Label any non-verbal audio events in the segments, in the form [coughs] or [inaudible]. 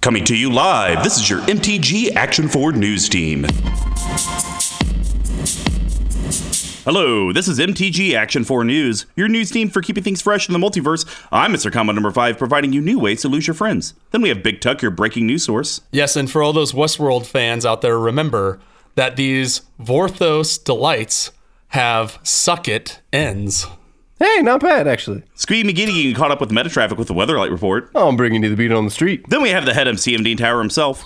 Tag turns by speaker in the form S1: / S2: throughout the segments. S1: Coming to you live, this is your MTG Action Forward News Team. Hello, this is MTG Action 4 News, your news team for keeping things fresh in the multiverse. I'm Mr. Comma number 5, providing you new ways to lose your friends. Then we have Big Tuck, your breaking news source.
S2: Yes, and for all those Westworld fans out there, remember that these Vorthos delights have sucket ends.
S3: Hey, not bad actually.
S1: Squee McGiddy getting caught up with meta traffic with the Weatherlight Report.
S3: Oh, I'm bringing you the beat on the street.
S1: Then we have the head of CMD Tower himself.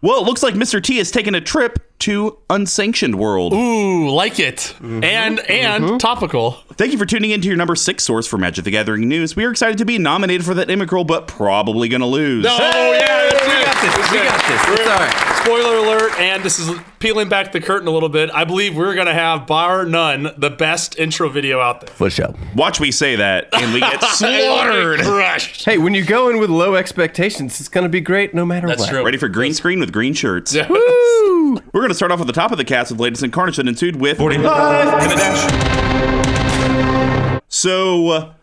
S1: Well, it looks like Mr. T has taken a trip to Unsanctioned World.
S2: Ooh, like it. And and topical.
S1: Thank you for tuning in to your number six source for Magic the Gathering news. We are excited to be nominated for that Emmy Girl, but probably going to lose.
S2: Oh yeah, that's
S3: We got this. We got this. It's all right.
S2: Spoiler alert, and this is peeling back the curtain a little bit. I believe we're gonna have, bar none, the best intro video out there.
S3: What's up?
S1: Watch me say that, and we get slaughtered.
S2: Crushed.
S3: Hey, when you go in with low expectations, it's gonna be great no matter
S2: That's
S3: what.
S2: true. [laughs]
S1: Ready for green screen with green shirts.
S3: Woo!
S1: We're going to start off at the top of the cast of Latest Incarnation that ensued with 40 So uh,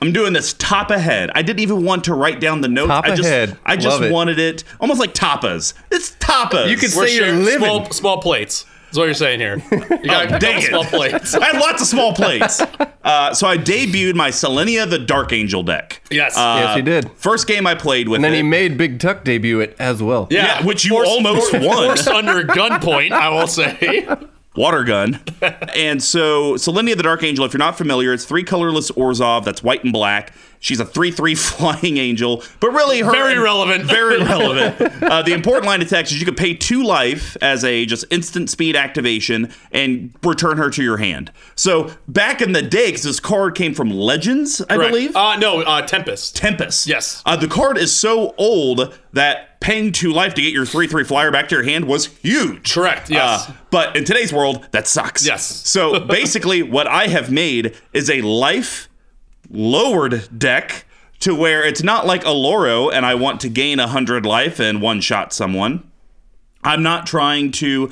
S1: I'm doing this top ahead. I didn't even want to write down the notes.
S3: Top
S1: I just
S3: ahead.
S1: I just
S3: Love it.
S1: wanted it almost like tapas. It's tapas.
S3: You could
S2: We're
S3: say you're
S2: sharing
S3: living.
S2: small small plates. That's what you're saying here. You got
S1: Oh, dang it.
S2: small
S1: [laughs]
S2: plates.
S1: I had lots of small plates. Uh, so I debuted my Selenia the Dark Angel deck.
S2: Yes.
S3: Yes, he did.
S1: First game I played with
S3: And then
S1: it.
S3: he made Big Tuck debut it as well.
S1: yeah, which you almost
S2: forced-
S1: won.
S3: [laughs]
S2: Forced under gunpoint, I will [laughs] say.
S1: water
S2: [laughs]
S1: gun. and so Selenia the Dark Angel, if you're not familiar, it's three colorless Orzov that's white and black. She's a 3 3 [laughs] flying angel, but really her.
S2: Very
S1: [laughs]
S2: relevant.
S1: Very
S2: [laughs]
S1: relevant. Uh, the important line of text is you could pay two life as a just instant speed activation and return her to your hand. So back in the day, because this card came from Legends, I
S2: Correct.
S1: believe.
S2: Uh, no, uh, Tempest.
S1: Tempest.
S2: Yes.
S1: Uh, the card is so old that paying two life to get your 3 3 flyer back to your hand was huge. Uh,
S2: Correct, yes.
S1: but in today's world, that sucks.
S2: Yes. [laughs]
S1: So basically, what I have made is a life lowered deck to where it's not like a Loro and I want to gain 100 life and one shot someone. I'm not trying to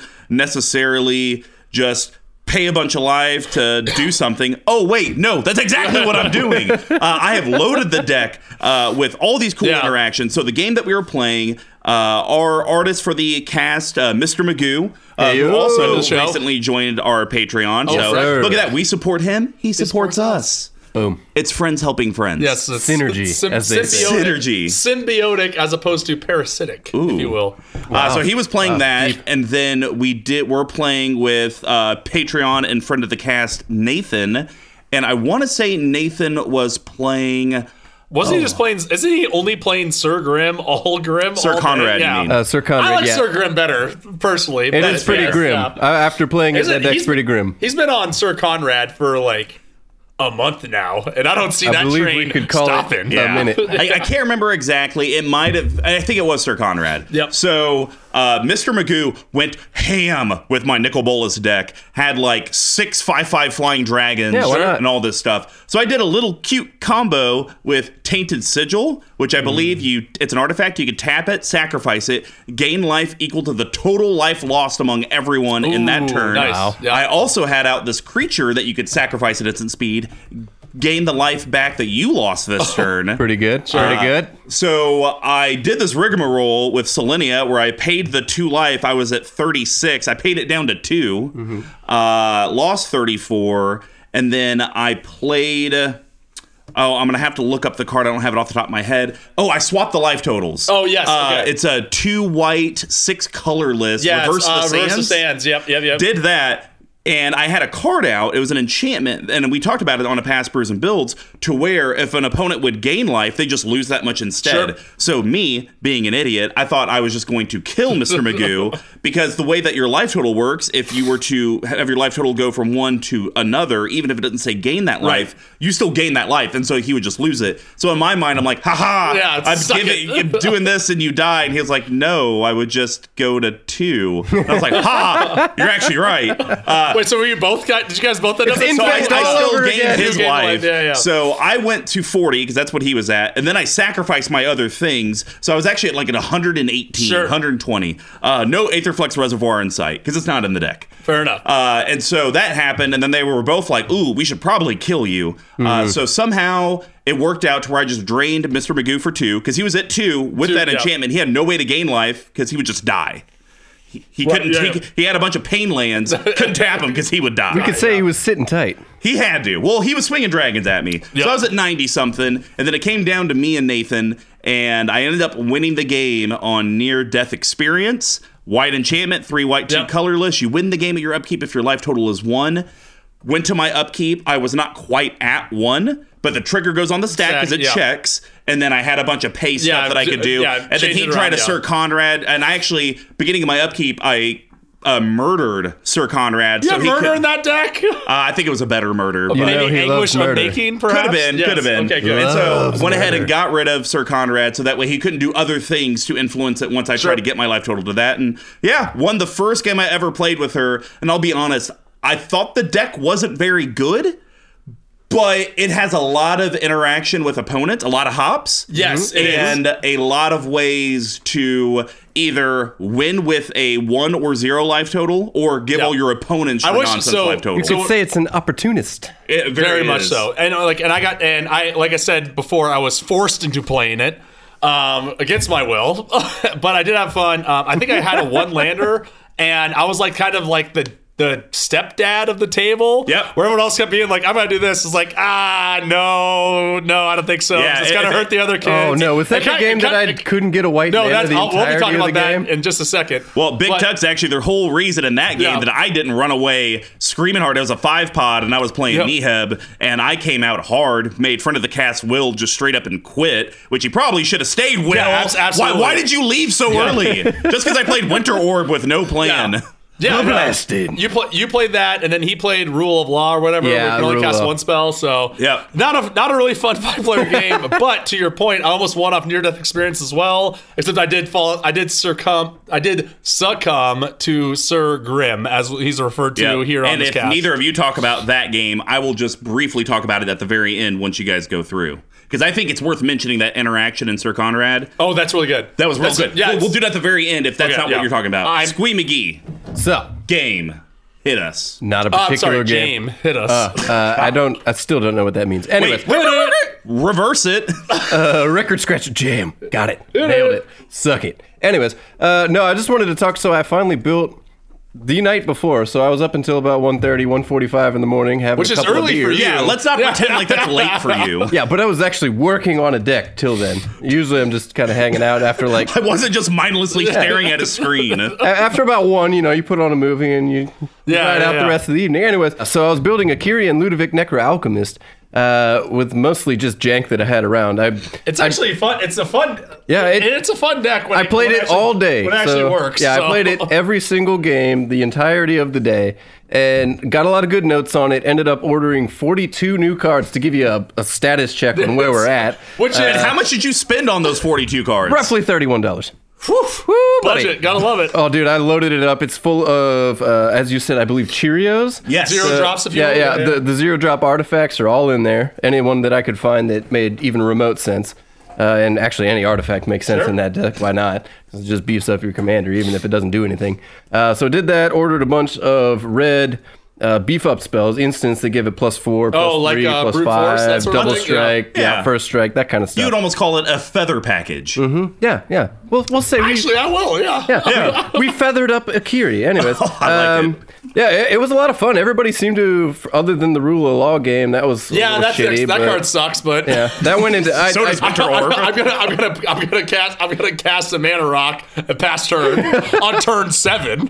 S1: necessarily just pay a bunch of life to do something. Oh wait, no, that's exactly what I'm doing. Uh, I have loaded the deck uh, with all these cool
S2: Yeah.
S1: interactions. So the game that we were playing, uh, our artist for the cast, uh, Mr. Magoo, uh, who
S3: Hey-o.
S1: also
S2: Friend of the show.
S1: recently joined our Patreon. so
S3: sir.
S1: look at that, we support him, he supports us.
S3: Boom.
S1: It's friends helping friends.
S2: Yes, it's,
S3: Synergy,
S2: it's
S3: as they say.
S1: Synergy.
S2: symbiotic as opposed to parasitic, if you will.
S1: Uh, so he was playing that,
S3: deep.
S1: and then we did. We're playing with uh, Patreon and friend of the cast Nathan, and I want to say Nathan was playing
S2: Wasn't he just playing? Isn't he only playing Sir Grim, all Grim,
S1: Oh. Sir
S2: all day?
S1: Conrad, you
S2: Yeah.
S1: mean.
S3: Uh, Sir Conrad.
S2: I like
S3: yeah.
S2: Sir Grim better personally.
S3: it is pretty grim. Uh, after playing it, that deck's pretty grim.
S2: He's been on Sir Conrad for like a month now, and I don't see that
S3: believe we
S2: train
S3: could call it
S2: stopping.
S3: a minute.
S1: [laughs] I, I can't remember exactly. It might have. I think it was Sir Conrad.
S2: Yep.
S1: So uh, Mr. Magoo went ham with my Nicol Bolas deck. Had like six five five flying dragons
S3: Yeah, why not?
S1: and all this stuff. So I did a little cute combo with Tainted Sigil, which I
S3: Mm.
S1: believe you. It's an artifact. You could tap it, sacrifice it, gain life equal to the total life lost among everyone in that
S2: Ooh,
S1: turn.
S2: nice. Wow. Yeah.
S1: I also had out this creature that you could sacrifice at instant speed. Gain the life back that you lost
S3: [laughs]
S1: this turn.
S3: Pretty good. Pretty
S2: Uh,
S3: good.
S1: So I did this rigmarole with Selenia where I paid the two life. I was at 36. I paid it down to 2
S2: Mm-hmm.
S1: uh, lost 34, and then I played. Oh, I'm gonna have to look up the card. I don't have it off the top of my head. Oh, I swapped the life totals.
S2: Oh, yes,
S1: Uh,
S2: okay.
S1: It's a two white, six colorless.
S2: Yes,
S1: reverse the
S2: uh,
S1: sands.
S2: Reverse the Sands. Yep, yep, yep.
S1: Did that. And I had a card out. It was an enchantment, and we talked about it on a past brews and builds to where if an opponent would gain life, they just lose that much instead.
S2: Sure.
S1: So me, being an idiot, I thought I was just going to kill Mr. Magoo because the way that your life total works, if you were to have your life total go from one to another, even if it doesn't say gain that life, you still gain that life, and so he would just lose it. So in my mind, I'm like, haha,
S2: Yeah,
S1: I'm
S2: suck
S1: giving,
S2: it.
S1: I'm doing this and you die. And he was like, no, I would just go to two. And I was like, ha, you're actually right. Uh,
S2: Wait, so were you both got? Did you guys both end up?
S3: It's
S2: so
S1: I,
S3: infect
S1: I
S3: all
S1: still
S3: over
S1: gained
S3: again.
S1: his
S2: Oh, You gained
S1: life.
S2: life, yeah, yeah.
S1: So I went to 40 because that's what he was at. And then I sacrificed my other things. So I was actually at like an 118,
S2: Sure.
S1: 120. Uh, no Aetherflux Reservoir in sight because it's not in the deck.
S2: Fair enough.
S1: Uh, and so that happened, and then they were both like, "Ooh, we should probably kill you."
S2: Mm-hmm.
S1: Uh, so somehow it worked out to where I just drained Mr. Magoo for two because he was at two with
S2: Two,
S1: that
S2: yeah.
S1: enchantment. He had no way to gain life because he would just die. He, he couldn't.
S2: yeah,
S1: he,
S2: yeah.
S1: he had a bunch of pain
S2: [laughs]
S1: lands. couldn't tap him because he would die.
S3: You could say he was sitting tight.
S1: He had to. Well, he was swinging dragons at me.
S2: Yep.
S1: So I was at 90 something, and then it came down to me and Nathan, and I ended up winning the game on near death experience. White enchantment, three white, two
S2: Yep.
S1: colorless. You win the game at your upkeep if your life total is one. Went to my upkeep. I was not quite at one, but the trigger goes on the stack because
S2: Stack,
S1: it
S2: yeah.
S1: checks. And then I had a bunch of pay stuff
S2: Yeah,
S1: that I
S2: j-
S1: could do.
S2: yeah,
S1: and then
S2: change
S1: he
S2: it
S1: tried
S2: around,
S1: to
S2: yeah.
S1: Sir Conrad. And I actually, beginning of my upkeep, I uh, murdered Sir Conrad.
S2: you had
S1: he
S2: murder
S1: could-
S2: in that deck.
S1: uh, I think it was a better murder. but-
S3: You know
S2: Maybe
S3: he
S2: anguish
S3: loves
S2: of
S3: murder.
S2: making, perhaps.
S1: could have been,
S2: Yes.
S1: could have been.
S2: Okay, good.
S1: And so
S3: Loves
S1: went ahead and
S3: murder.
S1: got rid of Sir Conrad so that way he couldn't do other things to influence it once I tried to get my life total to that. And yeah, won the first game I ever played with her. And I'll be honest, I thought the deck wasn't very good, but it has a lot of interaction with opponents, a lot of hops.
S2: Yes, it is.
S1: and a lot of ways to either win with a one or zero life total or give
S2: Yeah.
S1: all your opponents your
S2: I wish-
S1: nonsense
S2: so-
S1: life total.
S2: You
S3: You
S2: So-
S3: could say it's an opportunist.
S1: It
S2: very much
S1: is.
S2: so and uh, like and i got and i like i said before i was forced into playing it um against my will [laughs] but i did have fun um, i think i had
S1: [laughs]
S2: a one lander and i was like kind of like the the stepdad of the table
S1: Yep.
S2: where everyone else kept being like i'm gonna do this it's like ah no no i don't think so
S1: Yeah,
S2: it's
S1: it-
S2: gonna
S1: it-
S2: hurt the other kids
S3: Oh no, was
S2: It
S3: that the
S2: kinda-
S3: game
S2: it
S3: that I
S2: kinda- it-
S3: couldn't get a white
S2: no
S3: man
S2: that's
S3: the
S2: i'll we'll be
S3: entirety
S2: talking
S3: of
S2: about
S3: the
S2: that
S3: game?
S2: in just a second
S1: Well, Big
S2: But-
S1: Tuck's actually their whole reason in that game
S2: Yeah.
S1: that I didn't run away screaming hard. It was a five pod, and I was playing
S2: Yep.
S1: Neheb, and I came out hard, made friend of the cast Will just straight up and quit, which he probably should have stayed with.
S2: Yeah, abs- absolutely.
S1: Why, why did you leave so
S2: [laughs]
S1: early? just because I played Winter Orb with no plan.
S2: Yeah. [laughs] Yeah, no.
S3: blasted.
S2: You play, you played that, and then he played Rule of Law or whatever.
S3: Yeah,
S2: where you can only
S3: Rule of
S2: cast
S3: Law.
S2: one spell, so
S1: Yeah.
S2: not a not a really fun [laughs] five player game. but to your point, I almost won off near death experience as well. Except I did fall, I did succumb, I did succumb to Sir Grim as he's referred to
S1: Yeah.
S2: here on
S1: and
S2: this
S1: if
S2: cast.
S1: neither of you talk about that game, I will just briefly talk about it at the very end once you guys go through. Because I think it's worth mentioning that interaction in Sir Conrad.
S2: oh, that's really good.
S1: That was real
S2: That's-
S1: good.
S2: Yeah,
S1: we'll, we'll
S2: it's-
S1: do that at the very end if that's
S2: Okay,
S1: not
S2: yeah.
S1: what you're talking about.
S2: I'm-
S1: Squee McGee.
S3: So
S1: game hit us.
S3: not a
S2: Oh, I'm
S3: particular
S2: sorry,
S3: game.
S2: James hit us.
S3: Uh, I don't. I still don't know what that means. Anyways,
S1: Wait, Reverse
S2: [laughs]
S1: it.
S3: a record scratch jam. Got it. Nailed it. Suck it. Anyways, uh, no, I just wanted to talk. So I finally built the night before. So I was up until about 1.30, 1.45 in the morning, having
S2: Which
S3: a
S2: is
S3: couple of
S2: early for
S3: beers.
S2: you.
S1: yeah, let's not
S2: Yeah.
S1: pretend like that's late for
S2: [laughs]
S1: you.
S3: Yeah, but I was actually working on a deck till then. Usually, I'm just kind of hanging out after like
S1: I wasn't just mindlessly staring at a
S2: [laughs]
S1: screen.
S2: Uh,
S3: A- after about one, you know, you put on a movie and you
S2: Yeah,
S3: ride
S2: yeah,
S3: out
S2: yeah.
S3: the rest of the evening. Anyways, so I was building a Kyrie and Ludovic Necro Alchemist uh, with mostly just jank that I had around. I
S2: it's actually fun. It's a fun.
S3: Yeah, it-
S2: and it's a fun deck. When
S3: I played
S2: when
S3: it
S2: actually-
S3: all day.
S2: When it actually
S3: so-
S2: works.
S3: Yeah,
S2: so-
S3: I played it every single game, the entirety of the day, and got a lot of good notes on it. Ended up ordering 42 new cards to give you a, a status check on where we're
S2: [laughs]
S3: at.
S2: [laughs] Which is
S3: Uh,
S1: and how much did you spend on those 42 cards?
S3: Roughly $31.
S2: whew,
S3: buddy.
S2: budget. Gotta love it.
S3: Oh, dude, I loaded it up. It's full of, uh, as you said, I believe Cheerios.
S1: Yes.
S2: Zero
S1: Uh,
S2: drops if you
S3: yeah,
S2: will,
S3: yeah. The, the zero drop artifacts are all in there. Anyone that I could find that made even remote sense. Uh, and actually, any artifact makes sense in that deck. Why not? 'Cause It just beefs up your commander, even if it doesn't do anything. Uh, so I did that. Ordered a bunch of red uh, beef up spells, instants that give it plus four, plus
S2: like,
S3: three,
S2: uh,
S3: plus
S2: brute force, that
S3: five,
S2: sort of
S3: double
S2: thing? Yeah.
S3: strike, yeah.
S1: Yeah.
S3: first strike, that kind of
S1: You
S3: stuff.
S1: would almost call it a feather package.
S2: Mm-hmm.
S3: yeah, yeah. We'll we'll say we,
S2: Actually, I will. Yeah.
S3: yeah, [laughs] we feathered up Akiri. Anyways,
S1: I like
S3: um, yeah, it, it was a lot of fun. Everybody seemed to, f- other than the rule of law game, that was a
S2: Yeah,
S3: little
S2: that's
S3: shitty,
S2: that
S3: but-
S2: card sucks, but [laughs]
S3: Yeah, that went into. I,
S1: So does
S3: I,
S2: I'm, I'm- I'm gonna, I'm gonna, I'm gonna cast, I'm gonna cast a mana rock at past
S3: [laughs]
S2: turn on turn seven.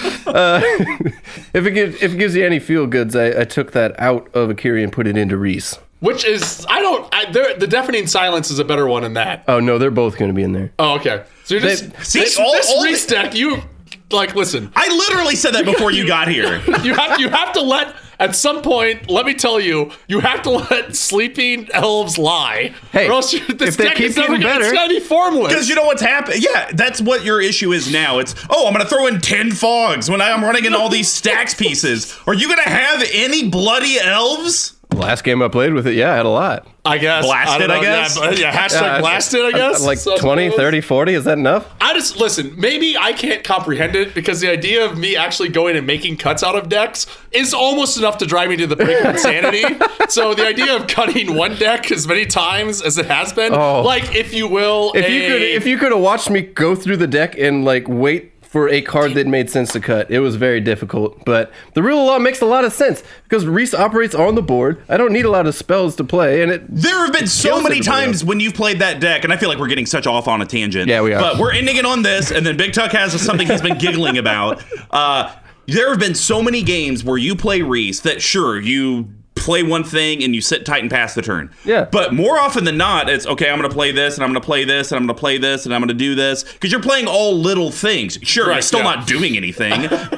S3: if it gives if it gives you any feel goods, I, I took that out of Akiri and put it into Reese.
S2: Which is, I don't, I, there- the deafening silence is a better one than that.
S3: Oh no, they're both going to be in there.
S2: Oh, okay. So you're just
S3: They-
S2: this,
S1: See, all-
S2: this
S1: all
S2: Reese deck, you like listen. [laughs]
S1: I literally said that before you got here.
S2: You have you have to let at some point, let me tell you, you have to let sleeping elves lie.
S3: Hey,
S2: or else you, this
S3: if they
S2: deck
S3: keep
S2: is never
S3: getting
S2: gonna-
S3: better-
S2: it's gonna be
S1: Because
S2: formless.
S1: you know what's happening. Yeah, that's what your issue is now. It's oh, I'm gonna throw in ten fogs when I'm running in all these stacks pieces. Are you gonna have any bloody elves?
S3: Last game I played with it, yeah, I had a lot.
S2: I guess
S1: Blasted,
S2: don't
S1: I
S2: know,
S1: guess?
S2: Yeah, but- yeah, hashtag
S3: Yeah,
S2: blasted. I guess
S3: Uh, Like
S2: So I
S3: 20,
S2: suppose.
S3: 30, 40, is that enough?
S2: I just listen. Maybe I can't comprehend it because the idea of me actually going and making cuts out of decks is almost enough to drive me to the brink
S3: [laughs]
S2: of insanity. so the idea of cutting one deck as many times as it has been,
S3: Oh.
S2: like if you will,
S3: If you could if you could have watched me go through the deck and like wait for a card that made sense to cut, it was very difficult. But the rule of law makes a lot of sense because Reese operates on the board. I don't need a lot of spells to play, and it
S1: There have been so
S3: kills
S1: many
S3: everybody
S1: times when you've played that deck, and I feel like we're getting such off on a tangent.
S3: Yeah, we are.
S1: But we're ending it on this, and then Big Tuck has something he's been giggling
S3: [laughs]
S1: about. Uh, there have been so many games where you play Reese that sure you play one thing and you sit tight and pass the turn.
S3: Yeah.
S1: But more often than not, it's okay. I'm going to play this, and I'm going to play this, and I'm going to play this, and I'm going to do this because you're playing all little things. Sure, you're
S2: Right,
S1: still
S2: yeah.
S1: not doing
S3: [laughs]
S1: anything,
S2: it's [laughs]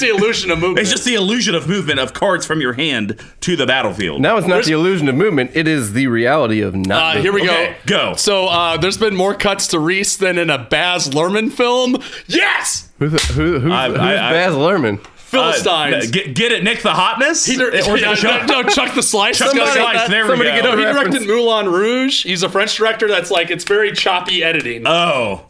S2: the
S1: but.
S2: illusion of movement.
S1: It's just the illusion of movement of cards from your hand to the battlefield.
S3: now it's not the illusion of movement. It is the reality of not.
S2: Uh, here we
S1: Okay,
S2: go.
S1: go.
S2: So uh, there's been more cuts to Reese than in a Baz Luhrmann film. Yes,
S3: Who, who, who's,
S1: I-
S3: who's
S1: I-
S3: Baz Luhrmann?
S1: Uh,
S2: Philistines.
S1: get, get it, Nick the Hotness?
S2: Either- [laughs]
S1: Or is it
S3: [laughs]
S2: yeah,
S1: Chuck?
S2: no, Chuck the Slice.
S1: Chuck the
S2: Somebody-
S1: Slice,
S2: that-
S1: there we
S3: somebody
S1: go.
S3: get
S2: No, he
S3: a reference.
S2: directed Moulin Rouge. He's a French director that's like it's very choppy editing.
S1: Oh.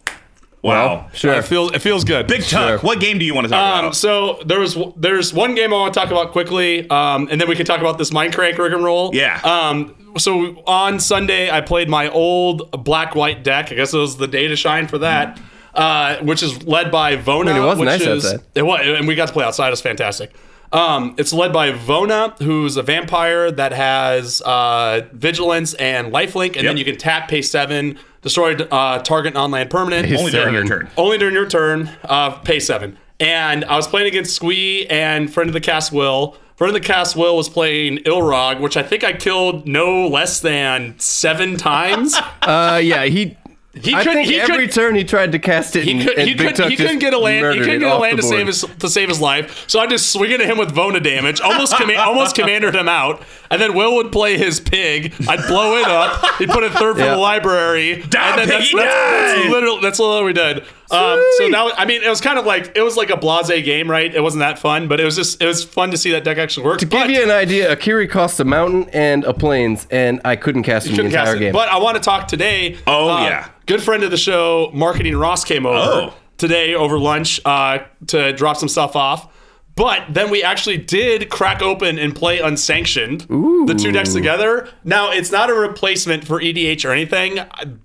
S1: Wow.
S3: Well, sure.
S2: It feels it feels good.
S1: Big Tuck, what game do you want to talk
S2: Um,
S1: about?
S2: so there was there's one game I want to talk about quickly, um, and then we can talk about this Minecraft rig and roll.
S1: Yeah.
S2: Um, so on Sunday I played my old black white deck. I guess it was the day to shine for that, uh, which is led by Vona.
S3: mean, it was
S2: which
S3: nice
S2: is,
S3: outside.
S2: It was, and we got to play outside. It was fantastic. Um, it's led by Vona, who's a vampire that has uh, vigilance and lifelink, and then you can tap, pay seven, destroy uh, target non-land permanent.
S1: Only during your
S3: seven.
S1: turn.
S2: Only during your turn, uh, pay seven. And I was playing against Squee and friend of the cast Will. Friend of the cast Will was playing Ilrog, which I think I killed no less than seven
S3: [laughs]
S2: times.
S3: Uh, yeah, he.
S2: He
S3: I
S2: could-
S3: think
S2: he could-
S3: every turn he tried to cast it,
S2: He,
S3: and,
S2: could,
S3: and
S2: he,
S3: Big
S2: could,
S3: Tuck
S2: he couldn't
S3: just
S2: get a land. He
S3: murdered
S2: couldn't
S3: it
S2: get a
S3: off
S2: land
S3: the
S2: to save
S3: board.
S2: his to save his life. So I just swing at him with Vona damage, almost comma- almost commandered him out. And then Will would play his pig. I'd blow it up. He'd put it third from
S3: Yeah.
S2: the library.
S1: Die,
S2: and then that's,
S1: piggy,
S2: that's,
S1: die!
S2: that's literally that's literally what we did. Um, so now I mean it was kind of like it was like a blase game, right? It wasn't that fun, but it was just it was fun to see that deck actually work.
S3: To give you an idea, Akiri costs a mountain and a plains, and I couldn't cast him the
S2: couldn't
S3: entire
S2: cast it.
S3: game.
S2: But I want to talk today. uh,
S1: Oh, yeah.
S2: Good friend of the show, Marketing Ross, came over
S1: Oh.
S2: today over lunch uh, to drop some stuff off. But then we actually did crack open and play Unsanctioned, the two decks together. Now, it's not a replacement for EDH or anything,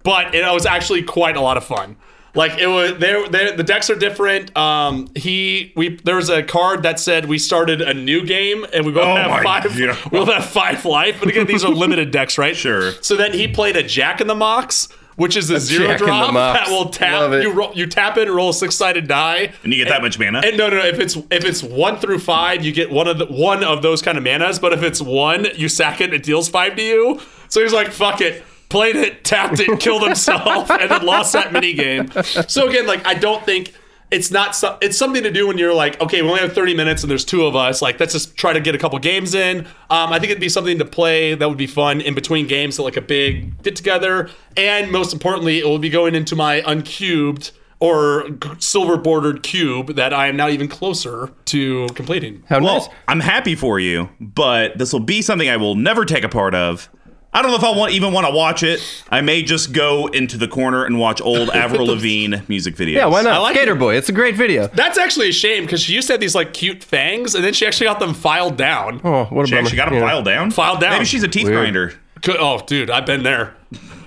S2: but it was actually quite a lot of fun. Like it was there there the decks are different. Um he we there was a card that said we started a new game and we both
S1: Oh my
S2: have five
S1: God.
S2: we'll have five life. But again, these are limited decks, right?
S1: [laughs] Sure.
S2: So then he played a Jack in the Mox, which is a, zero
S3: Jack in the
S2: drop [laughs]
S3: Mox.
S2: that will tap.
S3: Love it.
S2: You roll, you tap it and roll a six sided die.
S1: and you get that much mana?
S2: And no, no, if it's if it's one through five, you get one of the one of those kind of manas. But if it's one, you sack it. It deals five to you. So he's like, "Fuck it." Played it, tapped it, killed himself, and then lost that mini game. So again, like I don't think it's not so, it's something to do when you're like, okay, we only have 30 minutes and there's two of us. Like let's just try to get a couple games in. Um, I think it'd be something to play that would be fun in between games, so like a big get together. And most importantly, it will be going into my uncubed or g- silver bordered cube that I am now even closer to completing.
S3: How
S1: well,
S3: nice.
S1: I'm happy for you, but this will be something I will never take a part of. I don't know if I want, even want to watch it. I may just go into the corner and watch [laughs] old Avril Lavigne music videos.
S3: Yeah, why not?
S2: like
S3: Skater
S2: it.
S3: Boy, it's a great video.
S2: That's actually a shame because she used to have these like cute fangs, and then she actually got them filed down.
S3: Oh, what a
S1: She
S3: bummer.
S1: actually got them
S3: Yeah.
S1: filed down.
S2: Filed down.
S1: Maybe she's a teeth
S3: Weird.
S1: grinder.
S2: Co- Oh, dude, I've been there.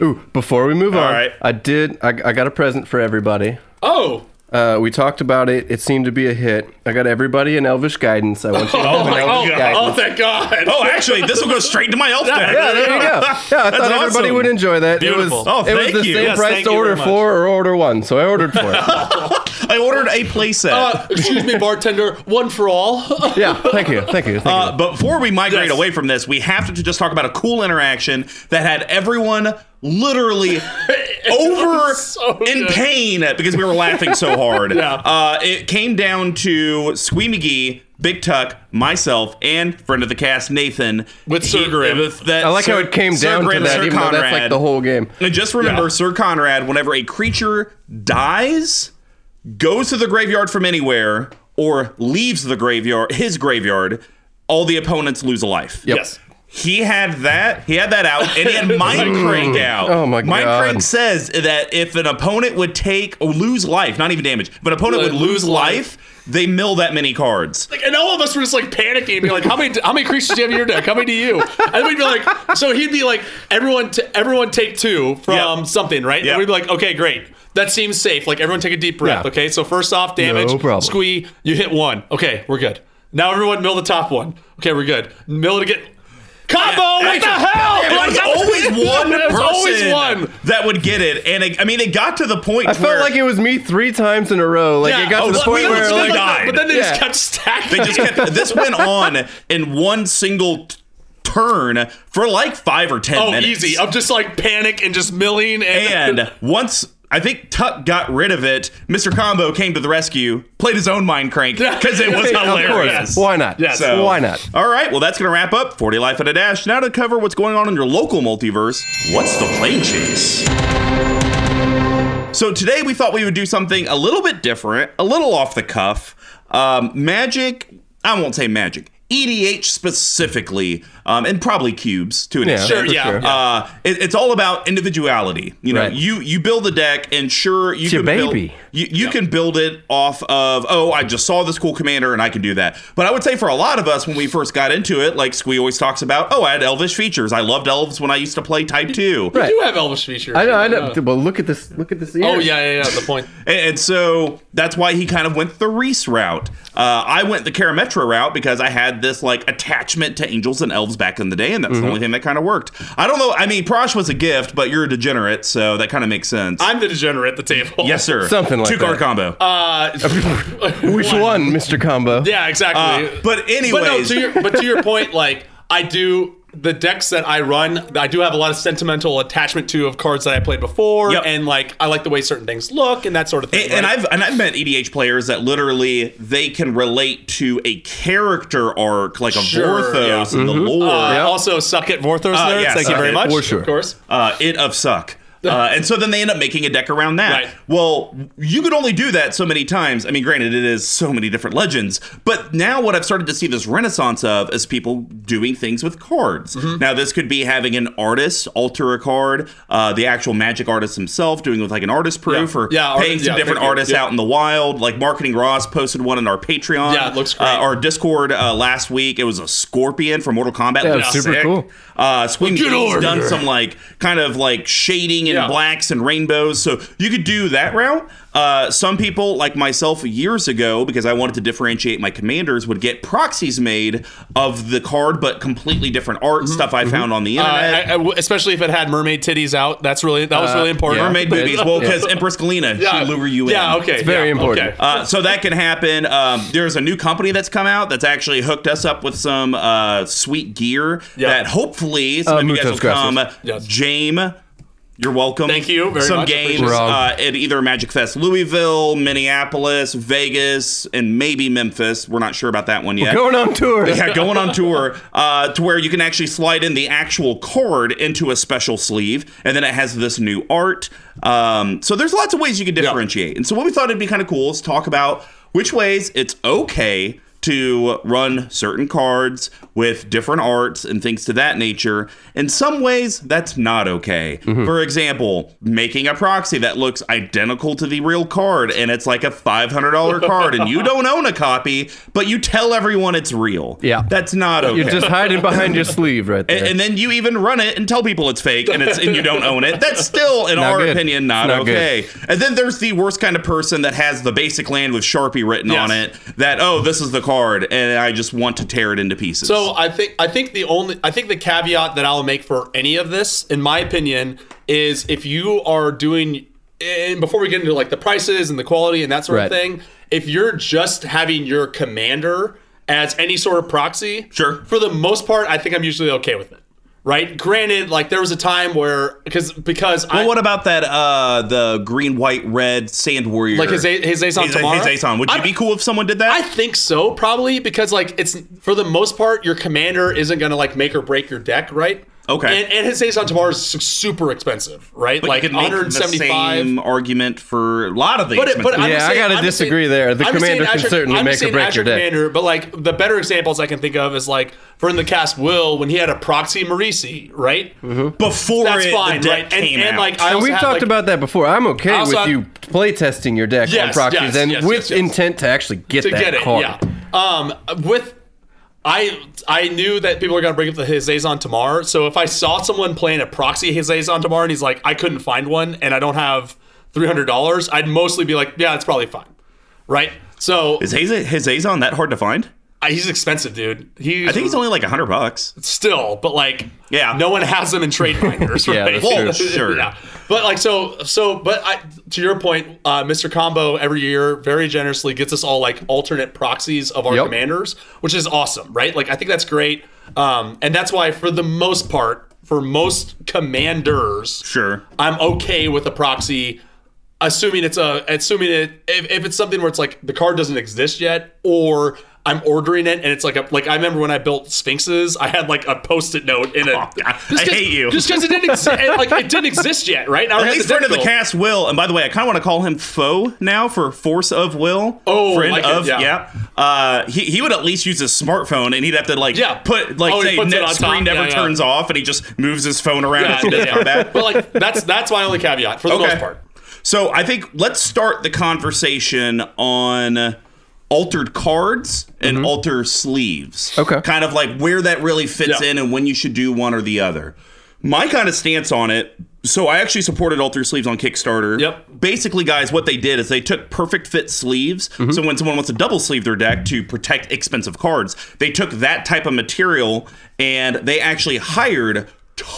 S3: Ooh, before we move on,
S1: right.
S3: I did. I, I got a present for everybody.
S2: Oh,
S3: Uh, we talked about it. It seemed to be a hit. I got everybody an Elvish guidance. I want you.
S1: Oh my
S2: oh,
S1: god.
S2: oh, [laughs] thank God.
S1: Oh, actually, this will go straight to [laughs] my elf deck.
S3: Yeah, there you go. Yeah, I thought
S1: That's
S3: everybody
S1: awesome.
S3: would enjoy that.
S2: Beautiful.
S3: It was,
S1: Oh,
S3: it was
S1: thank
S3: the
S1: you.
S3: same
S1: Yes,
S3: price
S2: thank
S3: to
S2: you
S3: order
S2: very much.
S3: four or order one, so I ordered four.
S1: I ordered a playset.
S2: Uh, excuse me, bartender. One for all. [laughs]
S3: yeah, thank you, thank you, thank
S1: Uh, but before we migrate
S2: Yes.
S1: away from this, we have to just talk about a cool interaction that had everyone
S2: [laughs]
S1: literally over
S2: was so
S1: in
S2: good.
S1: pain because we were laughing so hard.
S2: [laughs] Yeah.
S1: uh, it came down to Squee McGee Big Tuck, myself, and friend of the cast Nathan
S2: With Sir
S1: He-
S2: Grim.
S1: with that
S3: I like how
S1: Sir-
S3: it came
S1: Sir
S3: down
S1: Grim
S3: to
S1: and
S3: that,
S1: Sir
S3: even though that's like
S1: Conrad.
S3: the whole game.
S1: And just remember,
S2: Yeah.
S1: Sir Conrad, whenever a creature dies, goes to the graveyard from anywhere, or leaves the graveyard, his graveyard, all the opponents lose a life.
S2: Yes.
S1: He had that. He had that out, and he
S2: [laughs]
S1: had
S2: Mm.
S1: Mindcrank out.
S3: Oh my God.
S1: Mindcrank says that if an opponent would take or lose life, not even damage, if an opponent
S2: Like,
S1: would lose
S2: lose life.
S1: life, they mill that many cards.
S2: Like, and all of us were just like panicking, being like, "How many? How many creatures do you have in your deck? How many do you?" And we'd be like, "So he'd be like, everyone, t- everyone take two from
S1: Yep.
S2: something, right?"
S1: Yep.
S2: And we'd be like, "Okay, great, that seems safe." Like, everyone take a deep breath.
S3: Yeah.
S2: Okay, so first off, damage,
S3: No problem.
S2: squee, you hit one. Okay, we're good. Now everyone mill the top one. Okay, we're good. Mill it again. Combo! what the hell?
S1: It was always
S2: [laughs]
S1: one
S2: It
S1: person
S2: was always one.
S1: that would get it, and it, I mean, it got to the point
S3: I
S1: where
S3: felt like it was me three times in a row. Like it got
S1: oh,
S3: to the
S1: well,
S3: point
S1: we
S3: where
S1: was
S3: like,
S1: like died.
S2: But then they
S3: Yeah.
S2: just kept stacking.
S1: They just kept, this went on in one single t- turn for like five or ten
S2: [laughs] oh,
S1: minutes.
S2: easy. I'm just like panic and just milling and.
S1: And once I think Tuck got rid of it, Mr. Combo came to the rescue, played his own mind
S2: [laughs]
S1: crank
S3: [laughs]
S1: because it was
S2: Hey, of course.
S1: hilarious.
S3: why not?
S2: Yes.
S1: So-
S3: Why not?
S1: All right, well, that's going to wrap up 40 Life at a Dash. Now to cover what's going on in your local multiverse, what's the plane chase? So today we thought we would do something a little bit different, a little off the cuff. Um, magic, I won't say magic, EDH specifically, um, and probably cubes to an
S3: Yeah,
S1: extent.
S3: for
S2: yeah.
S3: sure.
S1: Uh, it, it's all about individuality. You know,
S3: Right.
S1: you you build a deck, and sure, you
S3: your
S1: can build-
S3: baby.
S1: you, you can build it off of oh, I just saw this cool commander, and I can do that. But I would say for a lot of us, when we first got into it, like Squee always talks about, oh, I had elvish features. I loved elves when I used to play Type Two.
S2: I do have Elvis features.
S3: I know. I know. Well, look at this. Look at this. Ear.
S2: Oh yeah, yeah, yeah. The point.
S1: And, and so that's why he kind of went the Reese route. Uh, I went the Karametra route because I had this like attachment to angels and elves back in the day, and that's
S3: Mm-hmm.
S1: the only thing that kind of worked. I don't know. I mean, Prosh was a gift, but you're a degenerate, so that kind of makes sense.
S2: I'm the degenerate at the table.
S1: yes, sir.
S3: Something like
S1: Two card
S3: that.
S1: combo.
S2: Uh,
S3: [laughs] Which one, Mr. Combo?
S2: Yeah, exactly.
S1: Uh, but
S2: but no,
S1: anyways,
S2: to your but to your point, like I do the decks that I run, I do have a lot of sentimental attachment to of cards that I played before,
S1: Yep.
S2: and like I like the way certain things look and that sort of thing.
S1: and, and
S2: right?
S1: I've and I've met EDH players that literally they can relate to a character arc like a
S2: Sure,
S1: Vorthos
S2: yeah.
S1: in the lore.
S2: uh, also suck it Vorthos there.
S1: yeah,
S2: Thank you
S1: suck
S2: very
S1: it.
S2: much.
S3: For sure.
S2: Of course.
S1: uh, it of suck.
S2: [laughs]
S1: Uh, and so then they end up making a deck around that.
S2: Right.
S1: Well, you could only do that so many times. I mean, granted, it is so many different legends, but now what I've started to see this renaissance of is people doing things with cards.
S2: Mm-hmm.
S1: Now, this could be having an artist alter a card, uh, the actual magic artist himself doing with like an artist proof,
S2: Yeah.
S1: or
S2: Yeah, art-
S1: paying some
S2: yeah,
S1: different
S2: thank you.
S1: artists
S2: Yeah.
S1: out in the wild. Like Marketing Ross posted one in our Patreon.
S2: Yeah, it looks great.
S1: Uh, our Discord uh, last week, it was a scorpion from Mortal Kombat.
S3: Yeah,
S1: Looked
S3: super
S1: sick.
S3: cool.
S1: Uh, Swing
S2: Get
S1: Game's
S2: over
S1: done
S2: here.
S1: some like kind of like shading and
S2: Yeah.
S1: blacks and rainbows. So you could do that route. Uh, some people, like myself, years ago, because I wanted to differentiate my commanders, would get proxies made of the card, but completely different art stuff I found on the
S2: Mm-hmm. Uh,
S1: internet.
S2: I- I w- especially if it had mermaid titties out, that's really that was really important.
S3: Uh,
S2: [laughs]
S3: yeah.
S1: Mermaid boobies, well, because Empress Galena,
S2: Yeah.
S1: she lure you
S2: yeah,
S1: in.
S2: okay.
S3: It's very
S2: yeah,
S3: important.
S2: okay.
S1: Uh, so that can happen. Um, there's a new company that's come out that's actually hooked us up with some uh, sweet gear
S2: Yeah.
S1: that hopefully some
S3: Uh,
S1: of you guys will
S3: muchas gracias.
S1: come.
S2: Yes.
S1: Jame, you're welcome.
S2: Thank you very
S1: some
S2: much.
S1: games
S2: Appreciate
S3: it.
S1: uh, at either Magic Fest Louisville, Minneapolis, Vegas, and maybe Memphis. We're not sure about that one yet.
S3: Going on
S1: [laughs]
S3: tour.
S1: yeah, going on tour uh, to where you can actually slide in the actual card into a special sleeve, and then it has this new art. Um, so there's lots of ways you can differentiate. And so what we thought it'd be kind of cool is talk about which ways it's okay to run certain cards with different arts and things to that nature. In some ways, that's not okay. For example, making a proxy that looks identical to the real card and it's like a $500 card and you don't own a copy, but you tell everyone it's real.
S3: Yeah.
S1: That's not okay.
S3: You're just hiding behind your sleeve right there.
S1: and then you even run it and tell people it's fake and it's and you don't own it. That's still, in
S3: Not
S1: our
S3: good.
S1: opinion, not,
S3: Not good.
S1: okay. And then there's the worst kind of person that has the basic land with Sharpie written
S2: Yes.
S1: on it that, oh, this is the card, and I just want to tear it into pieces.
S2: So I think I think the only I think the caveat that I'll make for any of this, in my opinion, is if you are doing and before we get into like the prices and the quality and that sort of
S3: Right.
S2: thing, if you're just having your commander as any sort of proxy,
S1: Sure.
S2: For the most part, I think I'm usually okay with it. right? Granted, like there was a time where because because I,
S1: Well, what about that? Uh, the green, white, red Sand Warrior,
S2: Like his A- his Aeson
S1: his,
S2: Tamara?
S1: his Aeson. Would you
S2: I-
S1: be cool if someone did that?
S2: I think so, probably because like it's for the most part your commander isn't gonna like make or break your deck, right?
S1: Okay.
S2: And, and his Ace on Tomorrow is su- super expensive, right?
S1: But
S2: like
S1: you could make the
S2: 175.
S1: same argument for a lot of these.
S2: But, it- but I'm
S3: Yeah,
S2: just
S3: I
S2: saying-
S3: gotta
S2: I'm just saying-
S3: disagree there. The
S2: I'm just
S3: commander
S2: saying
S3: can
S2: Asher-
S3: certainly
S2: I'm just
S3: make
S2: saying
S3: or break
S2: Asher
S3: your deck.
S2: Commander, but like the better examples I can think of is like for in the cast Will when he had a proxy Marisi, right?
S1: before
S2: That's
S1: Mm-hmm. it,
S2: fine,
S1: the deck
S2: right? And,
S1: came
S2: and
S1: out.
S2: like I
S3: And
S2: also
S3: we've
S2: had,
S3: talked
S2: like,
S3: about that before. I'm okay
S2: also
S3: with
S2: had-
S3: you play testing your deck
S2: Yes,
S3: on proxies
S2: yes,
S3: and
S2: yes,
S3: with
S2: yes, yes.
S3: intent to actually get
S2: to
S3: that
S2: get it.
S3: card.
S2: Yeah. Um, with I I knew that people were gonna bring up the Haze on Tamar. So if I saw someone playing a proxy Haze on Tamar and he's like, I couldn't find one and I don't have three hundred dollars, I'd mostly be like, yeah, it's probably fine, right? So
S1: is his, his Aeson that hard to find?
S2: I- he's expensive, dude. He's
S1: I think he's only like hundred bucks.
S2: still, but like,
S1: Yeah.
S2: no one has them in trade binders,
S3: [laughs] Yeah,
S2: right?
S3: that's Well,
S2: [laughs]
S3: true.
S1: sure.
S2: yeah. But like, so, so, but I, to your point, uh, Mr. Combo every year very generously gets us all like alternate proxies of our
S3: Yep.
S2: commanders, which is awesome, right? Like, I think that's great, um, and that's why for the most part, for most commanders,
S1: Sure.
S2: I'm okay with a proxy, assuming it's a assuming it if, if it's something where it's like the card doesn't exist yet, or I'm ordering it and it's like a like I remember when I built Sphinxes, I had like a post-it note in it.
S1: I- I
S2: Oh, Just 'cause-
S1: hate you.
S2: Just because it didn't exist, like it didn't exist yet, right? I
S1: At
S2: had
S1: least
S2: the
S1: friend of the
S2: deck built.
S1: cast will. And by the way, I kind of want to call him foe now for force of will.
S2: Oh,
S1: friend
S2: like it,
S1: of
S2: yeah.
S1: Uh, he, he would at least use his smartphone, and he'd have to like
S2: Yeah.
S1: put like
S2: Oh, he
S1: say
S2: puts it
S1: net
S2: on
S1: screen
S2: top.
S1: never
S2: Yeah, yeah.
S1: turns off, and he just moves his phone around
S2: Yeah,
S1: if he
S2: yeah,
S1: doesn't
S2: yeah.
S1: come
S2: [laughs]
S1: back.
S2: But like that's that's my only caveat for the most part.
S1: So I think let's start the conversation on altered cards and
S2: Mm-hmm.
S1: alter sleeves.
S3: Okay.
S1: Kind of like where that really fits
S2: Yeah.
S1: in and when you should do one or the other. My kind of stance on it. So I actually supported alter sleeves on Kickstarter.
S2: Yep.
S1: Basically, guys, what they did is they took perfect fit sleeves.
S2: Mm-hmm.
S1: So when someone wants to double sleeve their deck to protect expensive cards, they took that type of material and they actually hired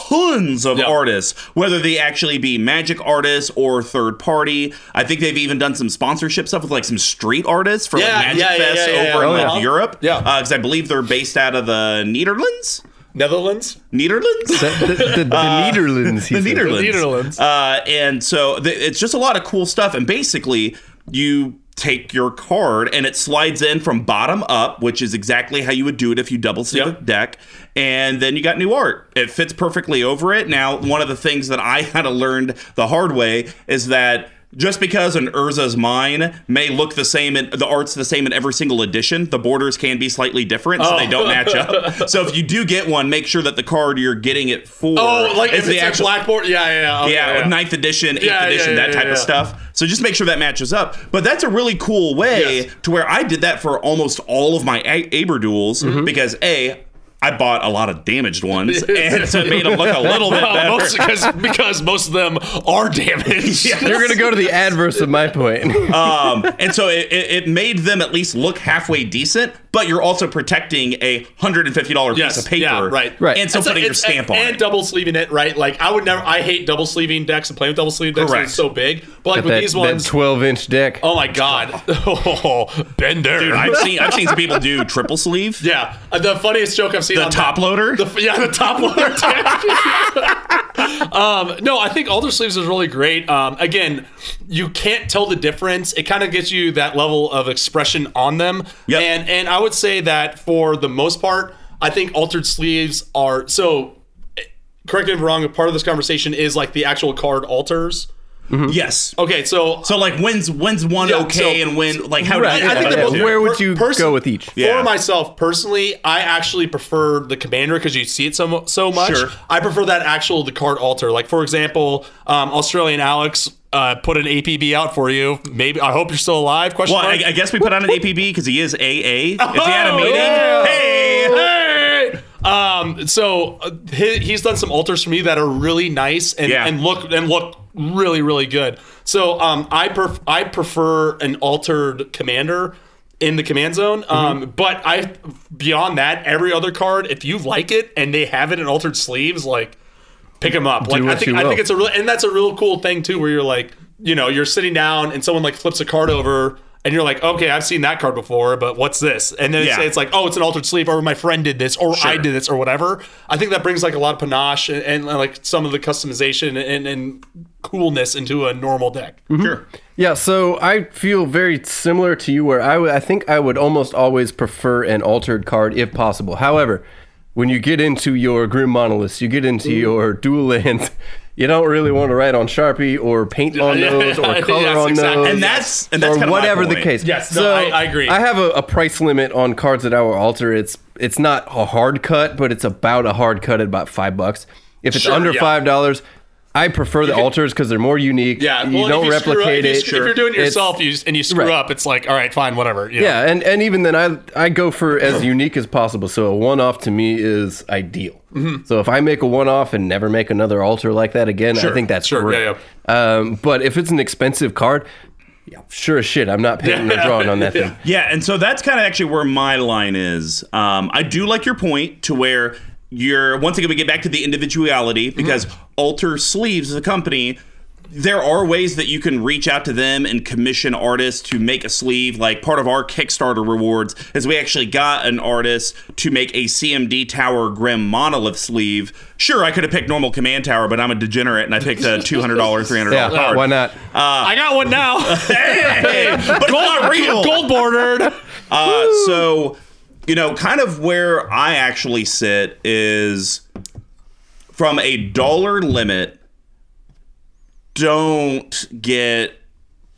S1: tons of
S2: Yeah.
S1: artists, whether they actually be magic artists or third party. I think they've even done some sponsorship stuff with like some street artists for
S2: Yeah,
S1: like Magic
S2: yeah, yeah,
S1: Fest
S2: yeah, yeah,
S1: over in
S2: yeah.
S1: like,
S2: Uh-huh.
S1: Europe.
S2: Yeah.
S1: Because I believe they're based out of the Netherlands.
S2: Netherlands.
S1: Netherlands?
S3: The, the, the, the
S2: Uh,
S3: Nederlands, he
S1: the
S3: said.
S1: Netherlands.
S2: Netherlands.
S1: Uh, and so th- it's just a lot of cool stuff. And basically, you take your card and it slides in from bottom up, which is exactly how you would do it if you double sleeve
S2: Yep.
S1: a deck. And then you got new art. It fits perfectly over it. Now, one of the things that I [laughs] kind of learned the hard way is that. Just because an Urza's mine may look the same and the art's the same in every single edition, the borders can be slightly different, so they
S2: Oh.
S1: don't match
S2: [laughs]
S1: up. so if you do get one, make sure that the card you're getting it for
S2: Oh, like
S1: is
S2: if it's a blackboard. Yeah, yeah, yeah. Okay,
S1: yeah, ninth edition, eighth
S2: Yeah, yeah,
S1: edition,
S2: yeah,
S1: that
S2: yeah,
S1: type
S2: yeah.
S1: of stuff. So just make sure that matches up. But that's a really cool way
S2: Yes.
S1: to where I did that for almost all of my a- Aber duels
S2: Mm-hmm.
S1: because a I bought a lot of damaged
S2: [laughs]
S1: ones, and so it made them look a little bit
S2: Well,
S1: better.
S2: most, because Uh, because most of them are [laughs] damaged.
S3: You're gonna go to the adverse of my
S2: Uh,
S3: [laughs] point.
S1: um, and so it, it, it made them at least look halfway decent, but you're also protecting a hundred and fifty dollar
S2: Yes,
S1: piece of paper,
S2: yeah, right.
S3: Right.
S1: And so
S2: It's like-
S1: putting your
S2: it's-
S1: stamp
S2: and,
S1: on
S2: and
S1: it.
S2: double sleeving it, right? Like I would never. I hate double sleeving decks and playing with double sleeving decks. 'cause It's
S1: Correct.
S2: so big, but like with
S3: that,
S2: these ones,
S3: 12 inch deck.
S2: oh
S1: [laughs]
S2: my god, oh, bender. [laughs]
S1: Dude, I've seen I've seen some people do triple sleeve,
S2: yeah, Uh, the funniest joke I've seen
S1: the
S2: on
S1: top
S2: that-
S1: loader.
S2: The, f- yeah, the top loader deck. [laughs] um, no, I think Alter Sleeves is really great. Um, again, you can't tell the difference. It kind of gets you that level of expression on them.
S1: Yep.
S2: And and I would say that for the most part, I think altered sleeves are so eh, correct me if I'm wrong, part of this conversation is like the actual card alters.
S1: yes.
S2: Okay, so
S1: So like when's when's one
S2: Yeah,
S1: okay
S2: so-
S1: and when like how
S3: Right,
S1: do you
S2: I think
S1: how
S2: the
S1: do
S2: most-
S1: you do it?
S3: where would
S2: per-
S3: you
S2: person-
S3: go with each?
S1: Yeah.
S2: For myself personally, I actually prefer the commander because you see it so so much.
S1: Sure.
S2: I prefer that actual the card altar. Like for example, um, Australian Alex uh, put an APB out for you. Maybe I hope you're still alive. Question
S1: Well, I,
S2: mark.
S1: I guess we put on an APB because he is AA. If he had a
S2: Oh,
S1: meeting,
S2: yeah.
S1: hey,
S2: Hey! Um, so uh, he, he's done some altars for me that are really nice and,
S1: Yeah.
S2: and look and look really really good. So um, I pref- I prefer an altered commander in the command zone.
S1: Mm-hmm.
S2: Um, but I beyond that every other card if you like it and they have it in altered sleeves like pick them up. Like I
S3: what
S2: think
S3: you
S2: I
S3: will.
S2: think it's a real and that's a real cool thing too where you're like you know you're sitting down and someone like flips a card over and you're like, okay, I've seen that card before, but what's this? And then
S1: Yeah.
S2: it's, it's like, oh, it's an altered sleep, or my friend did this, or I
S1: Sure.
S2: did this, or whatever. I think that brings like a lot of panache and, and like some of the customization and, and coolness into a normal deck.
S3: Mm-hmm.
S1: Sure.
S3: Yeah, so I feel very similar to you, where I would- I think I would almost always prefer an altered card if possible. However, when you get into your Grim Monoliths, you get into
S2: Mm-hmm.
S3: your dual lands, [laughs] you don't really want to write on Sharpie or paint on
S2: yeah,
S3: those or
S2: yeah,
S3: color
S2: yes,
S3: on
S2: exactly.
S3: those.
S1: And that's and that's
S3: or
S1: kind of my
S3: whatever the
S1: point.
S3: case.
S2: Yes, no, I- I agree.
S3: I have a, a price limit on cards that I will alter. It's it's not a hard cut, but it's about a hard cut at about five bucks. If it's
S2: Sure,
S3: under
S2: yeah.
S3: five dollars, I prefer the alters because they're more unique.
S1: Yeah,
S3: you
S2: Well,
S3: don't
S2: if you screw up- if
S3: replicate
S2: you
S3: it.
S2: screw- If you're doing it
S3: It's-
S2: yourself you, s- and you screw
S3: Right.
S2: up, it's like, all right, fine, whatever. you know.
S3: yeah, [laughs] and, and even then, I I go for as unique as possible. So a one off to me is ideal.
S2: Mm-hmm.
S3: So if I make a one off and never make another altar like that again, I think that's
S2: sure,
S3: great.
S2: yeah,
S3: Um, but if it's an expensive card, yeah, sure as shit, I'm not
S2: [laughs]
S3: painting or drawing on that thing.
S1: Yeah, and so that's kind of actually where my line is. Um, I do like your point to where you're once again we get back to the
S3: Mm-hmm.
S1: individuality because Alter Sleeves, the company, there are ways that you can reach out to them and commission artists to make a sleeve. Like part of our Kickstarter rewards is we actually got an artist to make a CMD Tower Grim Monolith sleeve. Sure, I could have picked normal Command Tower, but I'm a degenerate and I picked a two hundred dollar, three hundred
S3: [laughs] Yeah,
S1: dollar card.
S3: why not?
S2: I got one
S3: [laughs]
S2: now.
S1: Hey, but it's not real.
S2: [laughs] Gold bordered.
S1: Uh, so, you know, kind of where I actually sit is from a dollar limit, don't get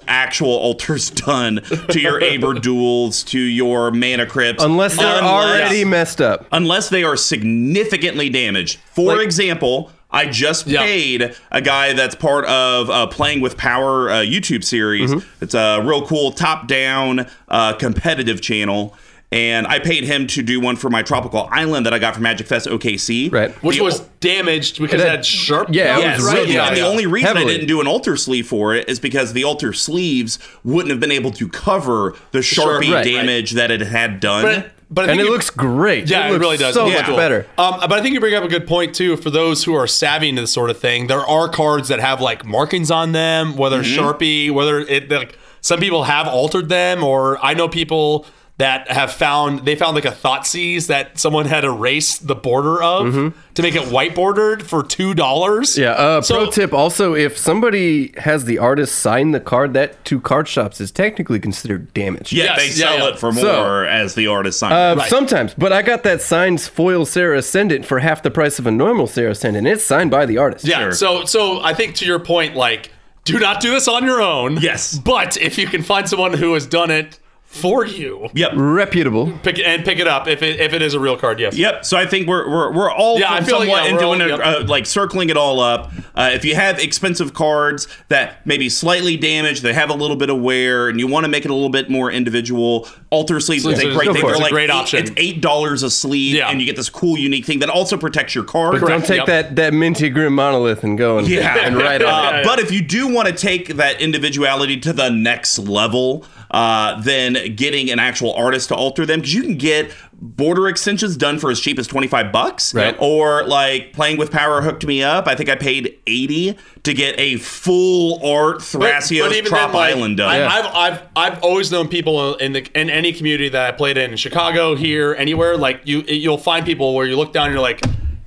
S1: actual altars [laughs] done to your Aber duels, to your mana crypts.
S3: Unless they're already messed up.
S1: Unless they are significantly damaged. For
S3: Like-
S1: example, I just paid a guy that's part of uh, Playing with Power uh, YouTube series.
S3: Mm-hmm.
S1: It's a real cool top down uh, competitive channel. And I paid him to do one for my tropical island that I got from Magic Fest OKC.
S3: Right.
S2: Which
S1: The-
S2: was damaged because it
S3: That-
S2: had sharp.
S3: yeah, it
S2: bones,
S1: Yes,
S3: was
S1: right.
S3: really
S1: and the only reason
S3: Heavily.
S1: I didn't do an alter sleeve for it is because the alter sleeves wouldn't have been able to cover the sharpie
S3: right, right.
S1: damage that it had done.
S2: But, but I
S3: And
S2: think
S3: it
S2: you-
S3: looks great.
S2: Yeah, it,
S3: looks
S2: really does.
S3: So
S2: It looks
S3: much
S2: cool.
S3: better.
S2: Um, but I think you bring up a good point too. For those who are savvy into this sort of thing, there are cards that have like markings on them, whether
S3: Mm-hmm.
S2: Sharpie, whether it like some people have altered them, or I know people that have found they found like a thought seize that someone had erased the border of to make it white bordered for two dollars.
S3: Mm-hmm. Yeah. Uh,
S2: So-
S3: pro tip: also, if somebody has the artist sign the card, that two card shops is technically considered damage.
S1: Yet
S2: Yes,
S1: they
S2: yeah,
S1: sell
S2: yeah.
S1: it for more
S3: So-
S1: as the artist sign.
S3: Uh,
S2: Right.
S3: Sometimes, but I got that signed foil Sarah Ascendant for half the price of a normal Sarah Ascendant. It's signed by the artist.
S2: Yeah.
S1: Sure.
S2: So so I think to your point, like, do not do this on your own.
S1: Yes.
S2: But if you can find someone who has done it for you,
S1: yep.
S3: Reputable.
S2: pick and pick it up if it if it is a real card. Yes.
S1: Yep. So I think we're we're, we're all
S2: Yeah, I
S1: from
S2: feel like,
S1: somewhat
S2: yeah,
S1: and
S2: we're
S1: doing
S2: all-
S1: a-
S2: yep.
S1: uh, like circling it all up. Uh, if you have expensive cards that maybe slightly damaged, they have a little bit of wear, and you want to make it a little bit more individual, alter sleeves is a
S2: Sleeves is-
S1: great
S2: go
S1: thing.
S2: for
S1: They're
S2: it. It's a
S1: like
S2: great
S1: eight-
S2: option.
S1: It's eight dollars a sleeve,
S2: Yeah.
S1: and you get this cool, unique thing that also protects your card.
S3: Don't take
S2: Yep.
S3: that, that minty grim monolith and go and,
S1: Yeah.
S3: [laughs]
S2: [laughs]
S3: and write on it.
S1: Uh, But if you do want to take that individuality to the next level, uh, then getting an actual artist to alter them because you can get border extensions done for as cheap as 25 bucks
S3: Right.
S1: or like playing with power hooked me up i think i paid 80 to get a full art thrasios trop
S2: like,
S1: island done
S2: I, I've, I've I've always known people in the in any community that I played in, in Chicago, here, anywhere. Like you, you'll find people where you look down and you're like,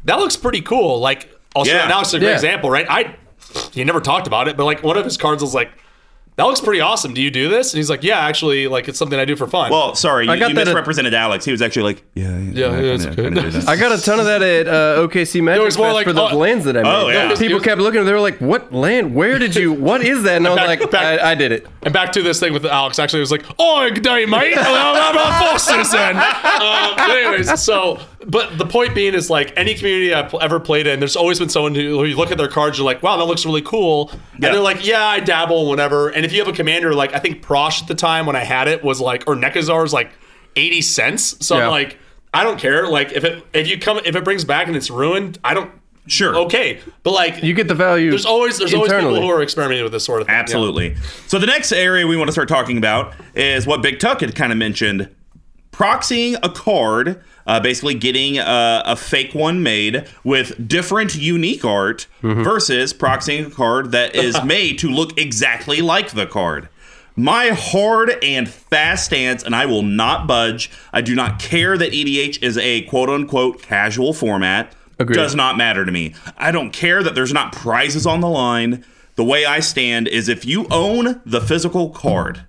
S2: that looks pretty cool. Like also
S1: Yeah.
S2: now it's a great
S3: Yeah.
S2: example, right? I he never talked about it, but like one of his cards was like, that looks pretty awesome. Do you do this? And he's like, yeah, actually, like it's something I do for fun.
S1: well Oh, sorry you,
S3: got
S1: you
S3: that at-
S1: misrepresented alex he was actually like yeah
S2: Yeah, yeah, it's okay.
S3: [laughs] I got a ton of that at uh, OKC Magic
S2: was more
S3: Fest
S2: like,
S3: for those
S2: oh,
S3: lands that I made.
S1: oh, yeah.
S2: It
S3: People
S2: was-
S3: kept looking. They were like, "What land? Where did you? What is that?" And I was
S2: Back-
S3: like,
S2: back-
S3: I, "I did it."
S2: And back to this thing with Alex. Actually, it was like, "Oh, good day, mate. I'm a full citizen." Um, but anyways, so but the point being is like any community I've pl- ever played in, there's always been someone who, who you look at their cards, you're like, "Wow, that looks really cool,"
S1: Yeah.
S2: and they're like, "Yeah, I dabble, whatever." And if you have a commander, like I think Prosh at the time when I had it was like, or Nekazar's like eighty cents. So
S3: Yeah.
S2: I'm like, I don't care. Like if it if you come if it brings back and it's ruined, I don't.
S1: Sure.
S2: Okay, but like
S3: You get the value.
S2: there's always there's always
S3: internally.
S2: people who are experimenting with this sort of thing. Yeah.
S1: Absolutely. So the next area we want to start talking about is what Big Tuck had kind of mentioned: proxying a card, uh, basically getting a, a fake one made with different unique art versus proxying a card that is made to look exactly like the card. My hard and fast stance, and I will not budge. I do not care that EDH is a quote unquote casual format.
S3: Agreed.
S1: Does not matter to me. I don't care that there's not prizes on the line. The way I stand is if you own the physical card,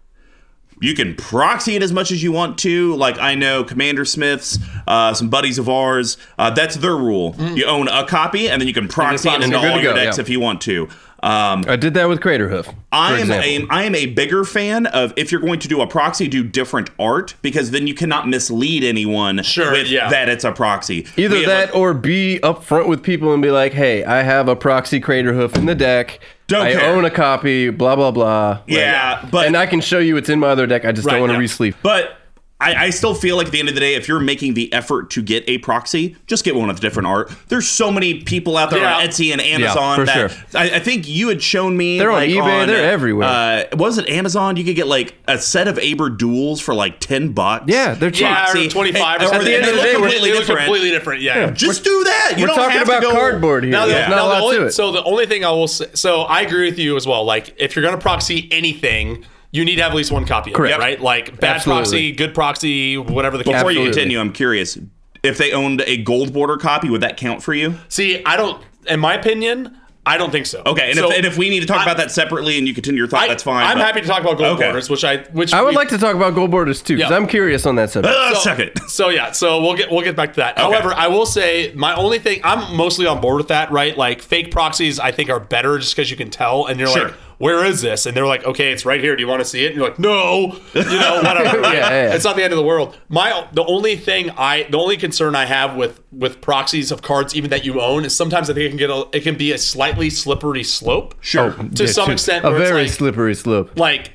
S1: you can proxy it as much as you want to. Like I know Commander Smith's, uh, some buddies of ours. Uh, that's their rule.
S3: Mm.
S1: You own a copy, and then you can proxy it
S2: proxy
S1: into
S3: it. You're good
S1: all
S3: to
S1: your
S3: go,
S1: decks
S3: yeah.
S1: if you want to. Um,
S3: I did that with Crater Hoof. for
S1: I am
S3: example.
S1: a, I am a bigger fan of if you're going to do a proxy, do different art because then you cannot mislead anyone
S2: Sure,
S1: with
S2: yeah.
S1: that it's a proxy. We
S3: Either
S1: have
S3: that
S1: a-
S3: or be upfront with people and be like, "Hey, I have a proxy crater hoof in the deck.
S1: Don't
S3: I
S1: care."
S3: own a copy. Blah blah blah.
S1: yeah, but
S3: and I can show you it's in my other deck. I just don't want to resleeve.
S1: But I, I still feel like at the end of the day, if you're making the effort to get a proxy, just get one with different art. There's so many people out there on
S2: Yeah.
S1: Etsy and Amazon
S3: for
S1: that
S3: sure.
S1: I, I think you had shown me.
S3: They're on
S1: like,
S3: eBay, they're everywhere.
S1: Uh, was it Amazon? You could get like a set of Aber duels for like ten bucks.
S3: Yeah, they're cheap.
S2: Yeah,
S1: Proxy.
S2: or
S1: And-
S2: 25 or
S1: or
S2: something.
S1: they-
S2: And
S1: they
S2: they
S1: look
S2: look
S1: completely
S2: they look
S1: different.
S2: completely different. Yeah.
S1: Just do that. You
S3: We're
S1: don't
S3: talking
S1: have to
S3: about
S1: go-
S3: cardboard here.
S2: Now, the-
S3: There's
S2: now
S3: not a
S2: the
S3: lot
S2: only,
S3: to it.
S2: So the only thing I will say, so I agree with you as well. Like if you're gonna proxy anything, you need to have at least one copy of
S3: Correct.
S2: it, right? Like bad
S3: Absolutely.
S2: proxy, good proxy, whatever the case.
S1: Before
S2: may
S1: you
S2: be.
S3: Absolutely.
S1: continue, I'm curious if they owned a gold border copy, would that count for you?
S2: See, I don't. In my opinion, I don't think so.
S1: Okay, and,
S2: So,
S1: if, and if we need to talk
S2: I-
S1: about that separately and you continue your thought,
S2: I,
S1: that's fine.
S2: I'm
S1: but-
S2: happy to talk about gold
S1: Okay.
S2: borders, which I which
S3: I would
S2: we-
S3: like to talk about gold borders too, because
S2: Yeah.
S3: I'm curious on that subject.
S1: Uh, suck it.
S2: [laughs]
S1: [laughs]
S2: So yeah, so we'll get we'll get back to that. However, I will say my only thing I'm mostly on board with that, right? Like fake proxies, I think are better just because you can tell, and you're
S1: Sure.
S2: like, "Where is this?" And they're like, "Okay, it's right here. Do you want to see it?" And you're like, "No," you know, whatever. right?
S3: [laughs] Yeah, yeah, yeah.
S2: It's not the end of the world. My the only thing I the only concern I have with with proxies of cards, even that you own, is sometimes I think it can get a, it can be a slightly slippery slope.
S1: Sure.
S2: to
S3: Yeah,
S2: some
S3: too.
S2: extent,
S3: a
S2: where it's
S3: very
S2: like-
S3: slippery slope.
S2: like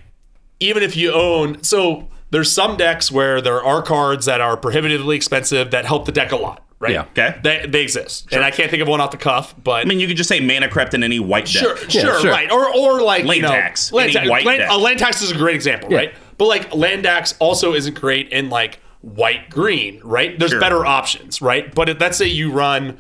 S2: even if you own so there's some decks where there are cards that are prohibitively expensive that help the deck a lot right
S3: Yeah.
S1: Okay.
S2: they, they exist and i can't think of one off the cuff
S1: I
S2: but
S1: mean, you could just say mana crept in any white deck.
S2: sure, sure
S3: sure.
S2: right or or like
S1: Land
S2: you know,
S1: tax,
S2: land,
S1: any
S2: tax
S1: white
S2: land,
S1: deck.
S2: uh, land tax is a great example right but like land tax also isn't great in like white green right there's
S1: Sure.
S2: better options right but if, let's say you run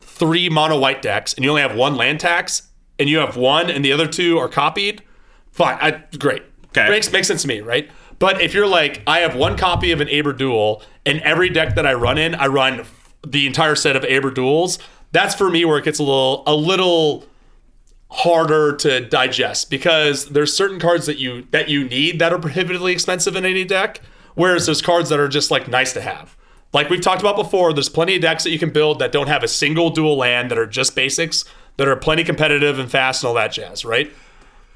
S2: three mono white decks and you only have one land tax and you have one and the other two are copied, fine. I, great.
S1: Okay.
S2: Makes, makes sense to me, right? But if you're like, I have one copy of an Aber Duel and every deck that I run in, I run the entire set of Aber Duels, that's for me where it gets a little a little harder to digest because there's certain cards that you that you need that are prohibitively expensive in any deck, whereas there's cards that are just like nice to have. Like we've talked about before, there's plenty of decks that you can build that don't have a single dual land that are just basics that are plenty competitive and fast and all that jazz, right?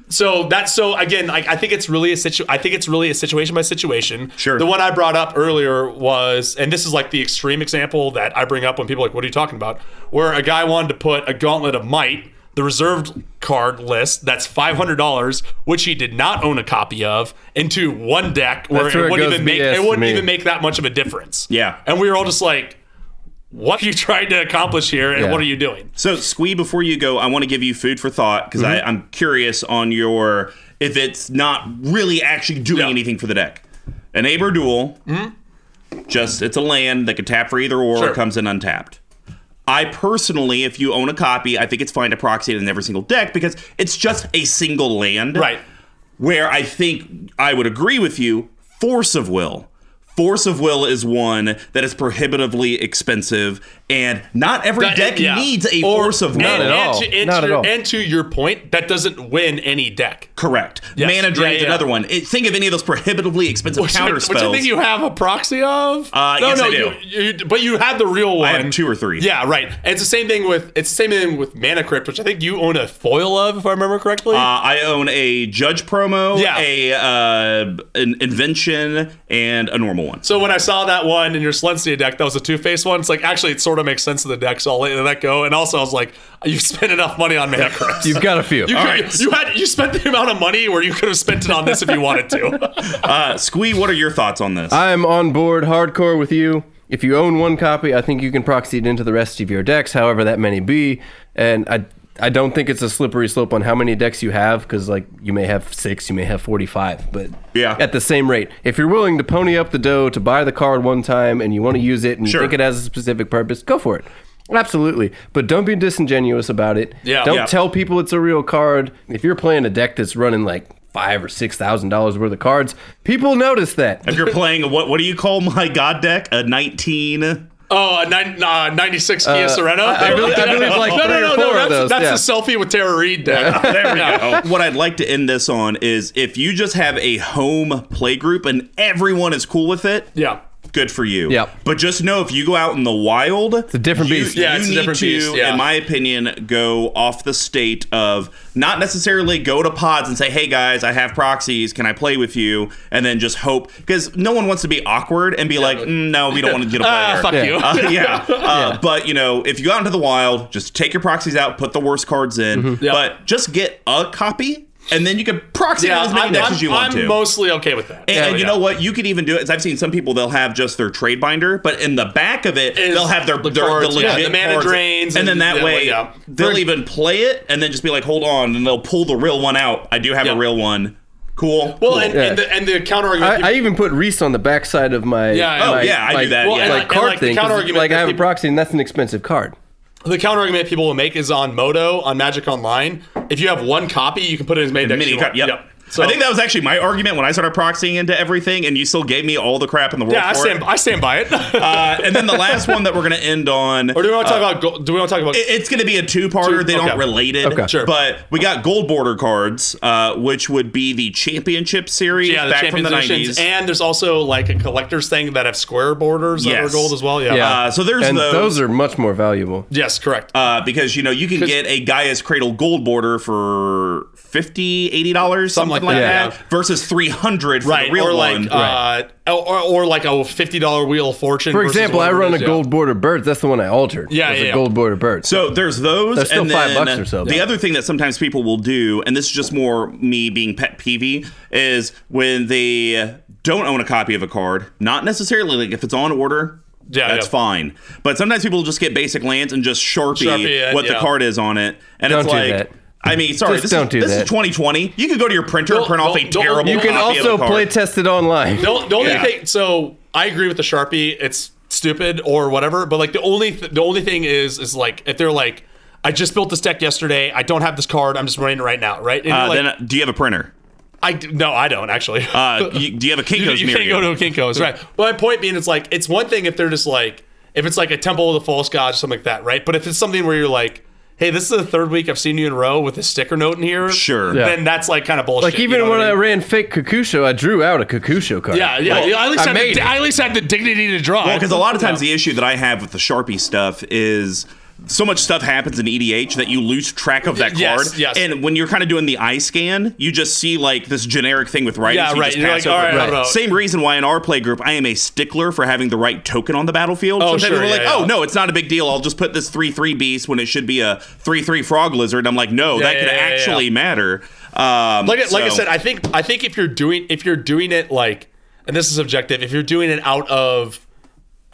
S2: So that's so again, like I think it's really a situ I think it's really a situation by situation.
S1: Sure.
S2: The one I brought up earlier was, and this is like the extreme example that I bring up when people are like, what are you talking about? Where a guy wanted to put a gauntlet of might, the reserved card list that's five hundred dollars, which he did not own a copy of, into one deck where
S3: That's
S2: it
S3: where it
S2: wouldn't
S3: goes
S2: even make
S3: BS
S2: it
S3: to
S2: wouldn't
S3: me.
S2: even make that much of a difference.
S1: Yeah.
S2: And we were all just like, What are you [laughs] trying to accomplish here and
S3: Yeah.
S2: what are you doing?
S1: So, Squee, before you go, I want to give you food for thought because
S2: Mm-hmm.
S1: I'm curious on your if it's not really actually doing
S2: Yeah.
S1: anything for the deck. An Aber Duel, just it's a land that could tap for either or
S2: Mm-hmm. Sure.
S1: it comes in untapped. I personally, if you own a copy, I think it's fine to proxy it in every single deck because it's just a single land.
S2: Right.
S1: where I think I would agree with you, force of will. Force of will is one that is prohibitively expensive, and not every
S2: That-
S1: deck
S2: Uh, yeah.
S1: needs a
S2: Or-
S1: force of will.
S2: and-
S3: at
S2: and
S3: all.
S2: To, and
S3: Not
S2: to-
S3: at all.
S2: And to your point, that doesn't win any deck.
S1: Correct. Mana
S2: Yeah,
S1: drain's
S2: yeah.
S1: another one. It- think of any of those prohibitively expensive
S2: [laughs] Which,
S1: counter
S2: which
S1: spells.
S2: I think you have a proxy of.
S1: Uh, yes, I do.
S2: You, you, but you have the real one.
S1: have two or three.
S2: Yeah, right. And it's the same thing with it's the same thing with Mana Crypt, which I think you own a foil of, if I remember correctly.
S1: uh, I own a judge promo,
S2: Yeah.
S1: a uh, an invention, and a normal one.
S2: so when I saw that one in your Silencia deck, that was a two face one. It's like actually, it sort of makes sense of the deck, so I'll let that go. And also, I was like, you spent enough money on Mana
S1: [laughs]
S2: Crypt.
S3: You've got a few.
S2: You,
S1: All
S2: could-
S1: right.
S2: you had you spent the amount of money where you could have spent it on this if you
S1: [laughs]
S2: wanted to.
S1: Uh, Squee, what are your thoughts on this?
S3: I'm on board hardcore with you. If you own one copy, I think you can proxy it into the rest of your decks, however that many be. And I I don't think it's a slippery slope on how many decks you have, because like you may have six, you may have forty-five, but
S1: Yeah.
S3: at the same rate. If you're willing to pony up the dough to buy the card one time and you want to use it and
S1: Sure.
S3: you think it has a specific purpose, go for it. Absolutely. But don't be disingenuous about it.
S2: Yeah.
S3: Don't
S2: Yeah.
S3: tell people it's a real card. If you're playing a deck that's running like five or six thousand dollars worth of cards. People notice that.
S1: If you're playing what what do you call my god deck? A 19
S2: Oh, a nine, uh, 96 Kia Sorento.
S3: I- I believe- I believe it's like
S2: no,
S3: three
S2: no,
S3: or
S2: no,
S3: four
S2: no.
S3: of
S2: That's,
S3: those,
S2: that's
S3: yeah.
S2: the selfie with Tara Reed there. [laughs]
S1: There we go. [laughs] What I'd like to end this on is if you just have a home play group and everyone is cool with it,
S2: Yeah.
S1: good for you.
S3: Yep.
S1: But just know if you go out in the wild, it's
S3: a different beast.
S2: Yeah, it's a
S1: need
S2: different
S1: to,
S2: beast, yeah.
S1: in my opinion, go off the state of not necessarily go to pods and say, "Hey guys, I have proxies. Can I play with you?" And then just hope because no one wants to be awkward and be like, mm, "No, we don't want to get a player."
S2: [laughs] Ah, fuck you.
S1: Uh,
S2: [laughs]
S1: yeah. Uh, But, you know, if you go out into the wild, just take your proxies out, put the worst cards in,
S3: Mm-hmm.
S2: Yeah.
S1: but just get a copy, and then you can proxy
S2: yeah,
S1: out as many
S2: I'm,
S1: decks
S2: I'm-
S1: as you want
S2: I'm
S1: to.
S2: mostly okay with that.
S1: and, and you know what? You could even do it. As I've seen some people, they'll have just their trade binder, but in the back of it,
S2: Is
S1: they'll have their
S2: the
S1: their,
S2: cards,
S1: the
S2: yeah,
S1: legit
S2: the mana
S1: cards.
S2: drains
S1: and, then
S2: and-
S1: that
S2: yeah,
S1: way
S2: yeah.
S1: they'll even play it, and then just be like, "Hold on," and they'll pull the real one out. I do have
S2: Yeah.
S1: a real one. Cool.
S2: Well,
S1: cool.
S2: and,
S3: Yeah.
S2: and the, and the counter argument.
S3: I, I even put Reese on the backside of my
S2: Yeah,
S3: my-
S2: oh,
S1: yeah, I do
S3: my-
S1: that,
S2: Well,
S1: yeah.
S2: and
S3: my
S2: like- and
S3: card
S2: like the
S3: thing 'cause
S2: counter-argument
S3: like I
S2: that
S3: have a
S2: people-
S3: proxy and that's an expensive card.
S2: the counter argument people will make is on Moto on Magic Online. If you have one copy, you can put it in as many decks.
S1: Mini
S2: you
S1: cup.
S2: want.
S1: Yep.
S2: So
S1: I think that was actually my argument when I started proxying into everything, and you still gave me all the crap in the world.
S2: Yeah, I
S1: for
S2: stand.
S1: it.
S2: I stand by it. [laughs]
S1: Uh, and then the last one that we're gonna end on.
S2: or do we want to talk about? go- Do we want to talk about?
S1: Uh, it- it's going to be a two-parter.
S2: Two-
S1: they
S2: okay.
S1: don't relate it,
S3: Okay. Sure.
S1: but we got gold border cards, uh, which would be the championship series
S2: yeah, the
S1: back from
S2: Champions
S1: the nineties.
S2: Editions, and there's also like a collector's thing that have square borders that are
S1: Yes.
S2: gold as well. Yeah.
S3: Yeah.
S1: Uh, so there's
S3: and
S1: those,
S3: those are much more valuable.
S2: yes, correct.
S1: uh, because you know you can get a Gaia's Cradle gold border for 50 80 dollars, something,
S2: like
S1: like
S2: that,
S1: that,
S2: yeah.
S1: versus three hundred for
S2: right.
S1: the real
S2: or like,
S1: one.
S2: uh, or, or like a fifty dollar wheel of fortune.
S3: For
S2: versus
S3: example, I
S2: whatever
S3: run
S2: it
S3: a
S2: is, yeah.
S3: gold border birds. That's the one I altered.
S2: Yeah,
S3: It's
S2: yeah,
S3: a
S2: yeah.
S3: gold border birds.
S1: So there's those.
S3: That's still
S1: and
S3: five
S1: then
S3: bucks or so,
S1: The
S3: though.
S1: other thing that sometimes people will do, and this is just more me being pet peevy, is when they don't own a copy of a card. Not necessarily like if it's on order.
S2: Yeah,
S1: that's
S2: yeah.
S1: fine. But sometimes people just get basic lands and just sharpie,
S2: Sharpie it,
S1: what
S2: yeah.
S1: the card is on it, and
S3: Don't
S1: it's
S3: do
S1: like.
S3: that.
S1: I mean, sorry,
S3: Just
S1: this,
S3: don't
S1: is,
S3: do
S1: this is
S3: that.
S1: 2020. You could go to your printer
S2: Don't-
S1: and print off a
S2: don't- don't-
S1: terrible.
S2: you
S3: you can
S1: copy of a
S3: also
S1: card.
S3: play test it online.
S2: The, the only
S1: Yeah.
S2: thing, so I agree with the sharpie. It's stupid or whatever. But like the only, th- the only thing is, is like if they're like, I just built this deck yesterday. I don't have this card. I'm just running it right now. Right? And you're
S1: Uh,
S2: like,
S1: then, uh, do you have a printer?
S2: I d- no, I don't actually. [laughs]
S1: Uh, you, do you have a
S2: you,
S1: Kinko's
S2: you
S1: near
S2: can't
S1: you?
S2: go to a Kinko's, right? But my point being, it's like it's one thing if they're just like if it's like a Temple of the False God or something like that, right? But if it's something where you're like, hey, this is the third week I've seen you in a row with this sticker note in here,
S1: Sure. Yeah.
S2: then that's like kind of bullshit.
S3: like even
S2: you know
S3: when
S2: what
S3: I,
S2: I mean?
S3: ran fake Kakusho, I drew out a Kakusho card.
S2: yeah, yeah,
S3: Like,
S2: yeah, I at least
S3: I
S2: had
S3: made
S2: the,
S3: it.
S2: I at least had the dignity to draw.
S1: Well, because a lot of times
S2: Yeah.
S1: the issue that I have with the Sharpie stuff is so much stuff happens in EDH that you lose track of that card.
S2: Yes, yes.
S1: And when you're kind of doing the eye scan, you just see like this generic thing with writing.
S2: Yeah,
S1: so you
S2: right.
S1: Just
S2: You're
S1: pass
S2: like,
S1: over
S2: all
S1: it.
S2: right, I don't know.
S1: Same reason why in our play group, I am a stickler for having the right token on the battlefield.
S2: Oh,
S1: Sometimes
S2: sure,
S1: we're
S2: yeah,
S1: like,
S2: yeah.
S1: oh, no, it's not a big deal. I'll just put this 3 3 beast when it should be a 3 3 frog lizard. I'm like, no, that
S2: yeah,
S1: could
S2: yeah, yeah, yeah.
S1: actually matter. Um,
S2: like, like I
S1: so-
S2: said, I think I think if you're doing if you're doing it like, and this is objective, if you're doing it out of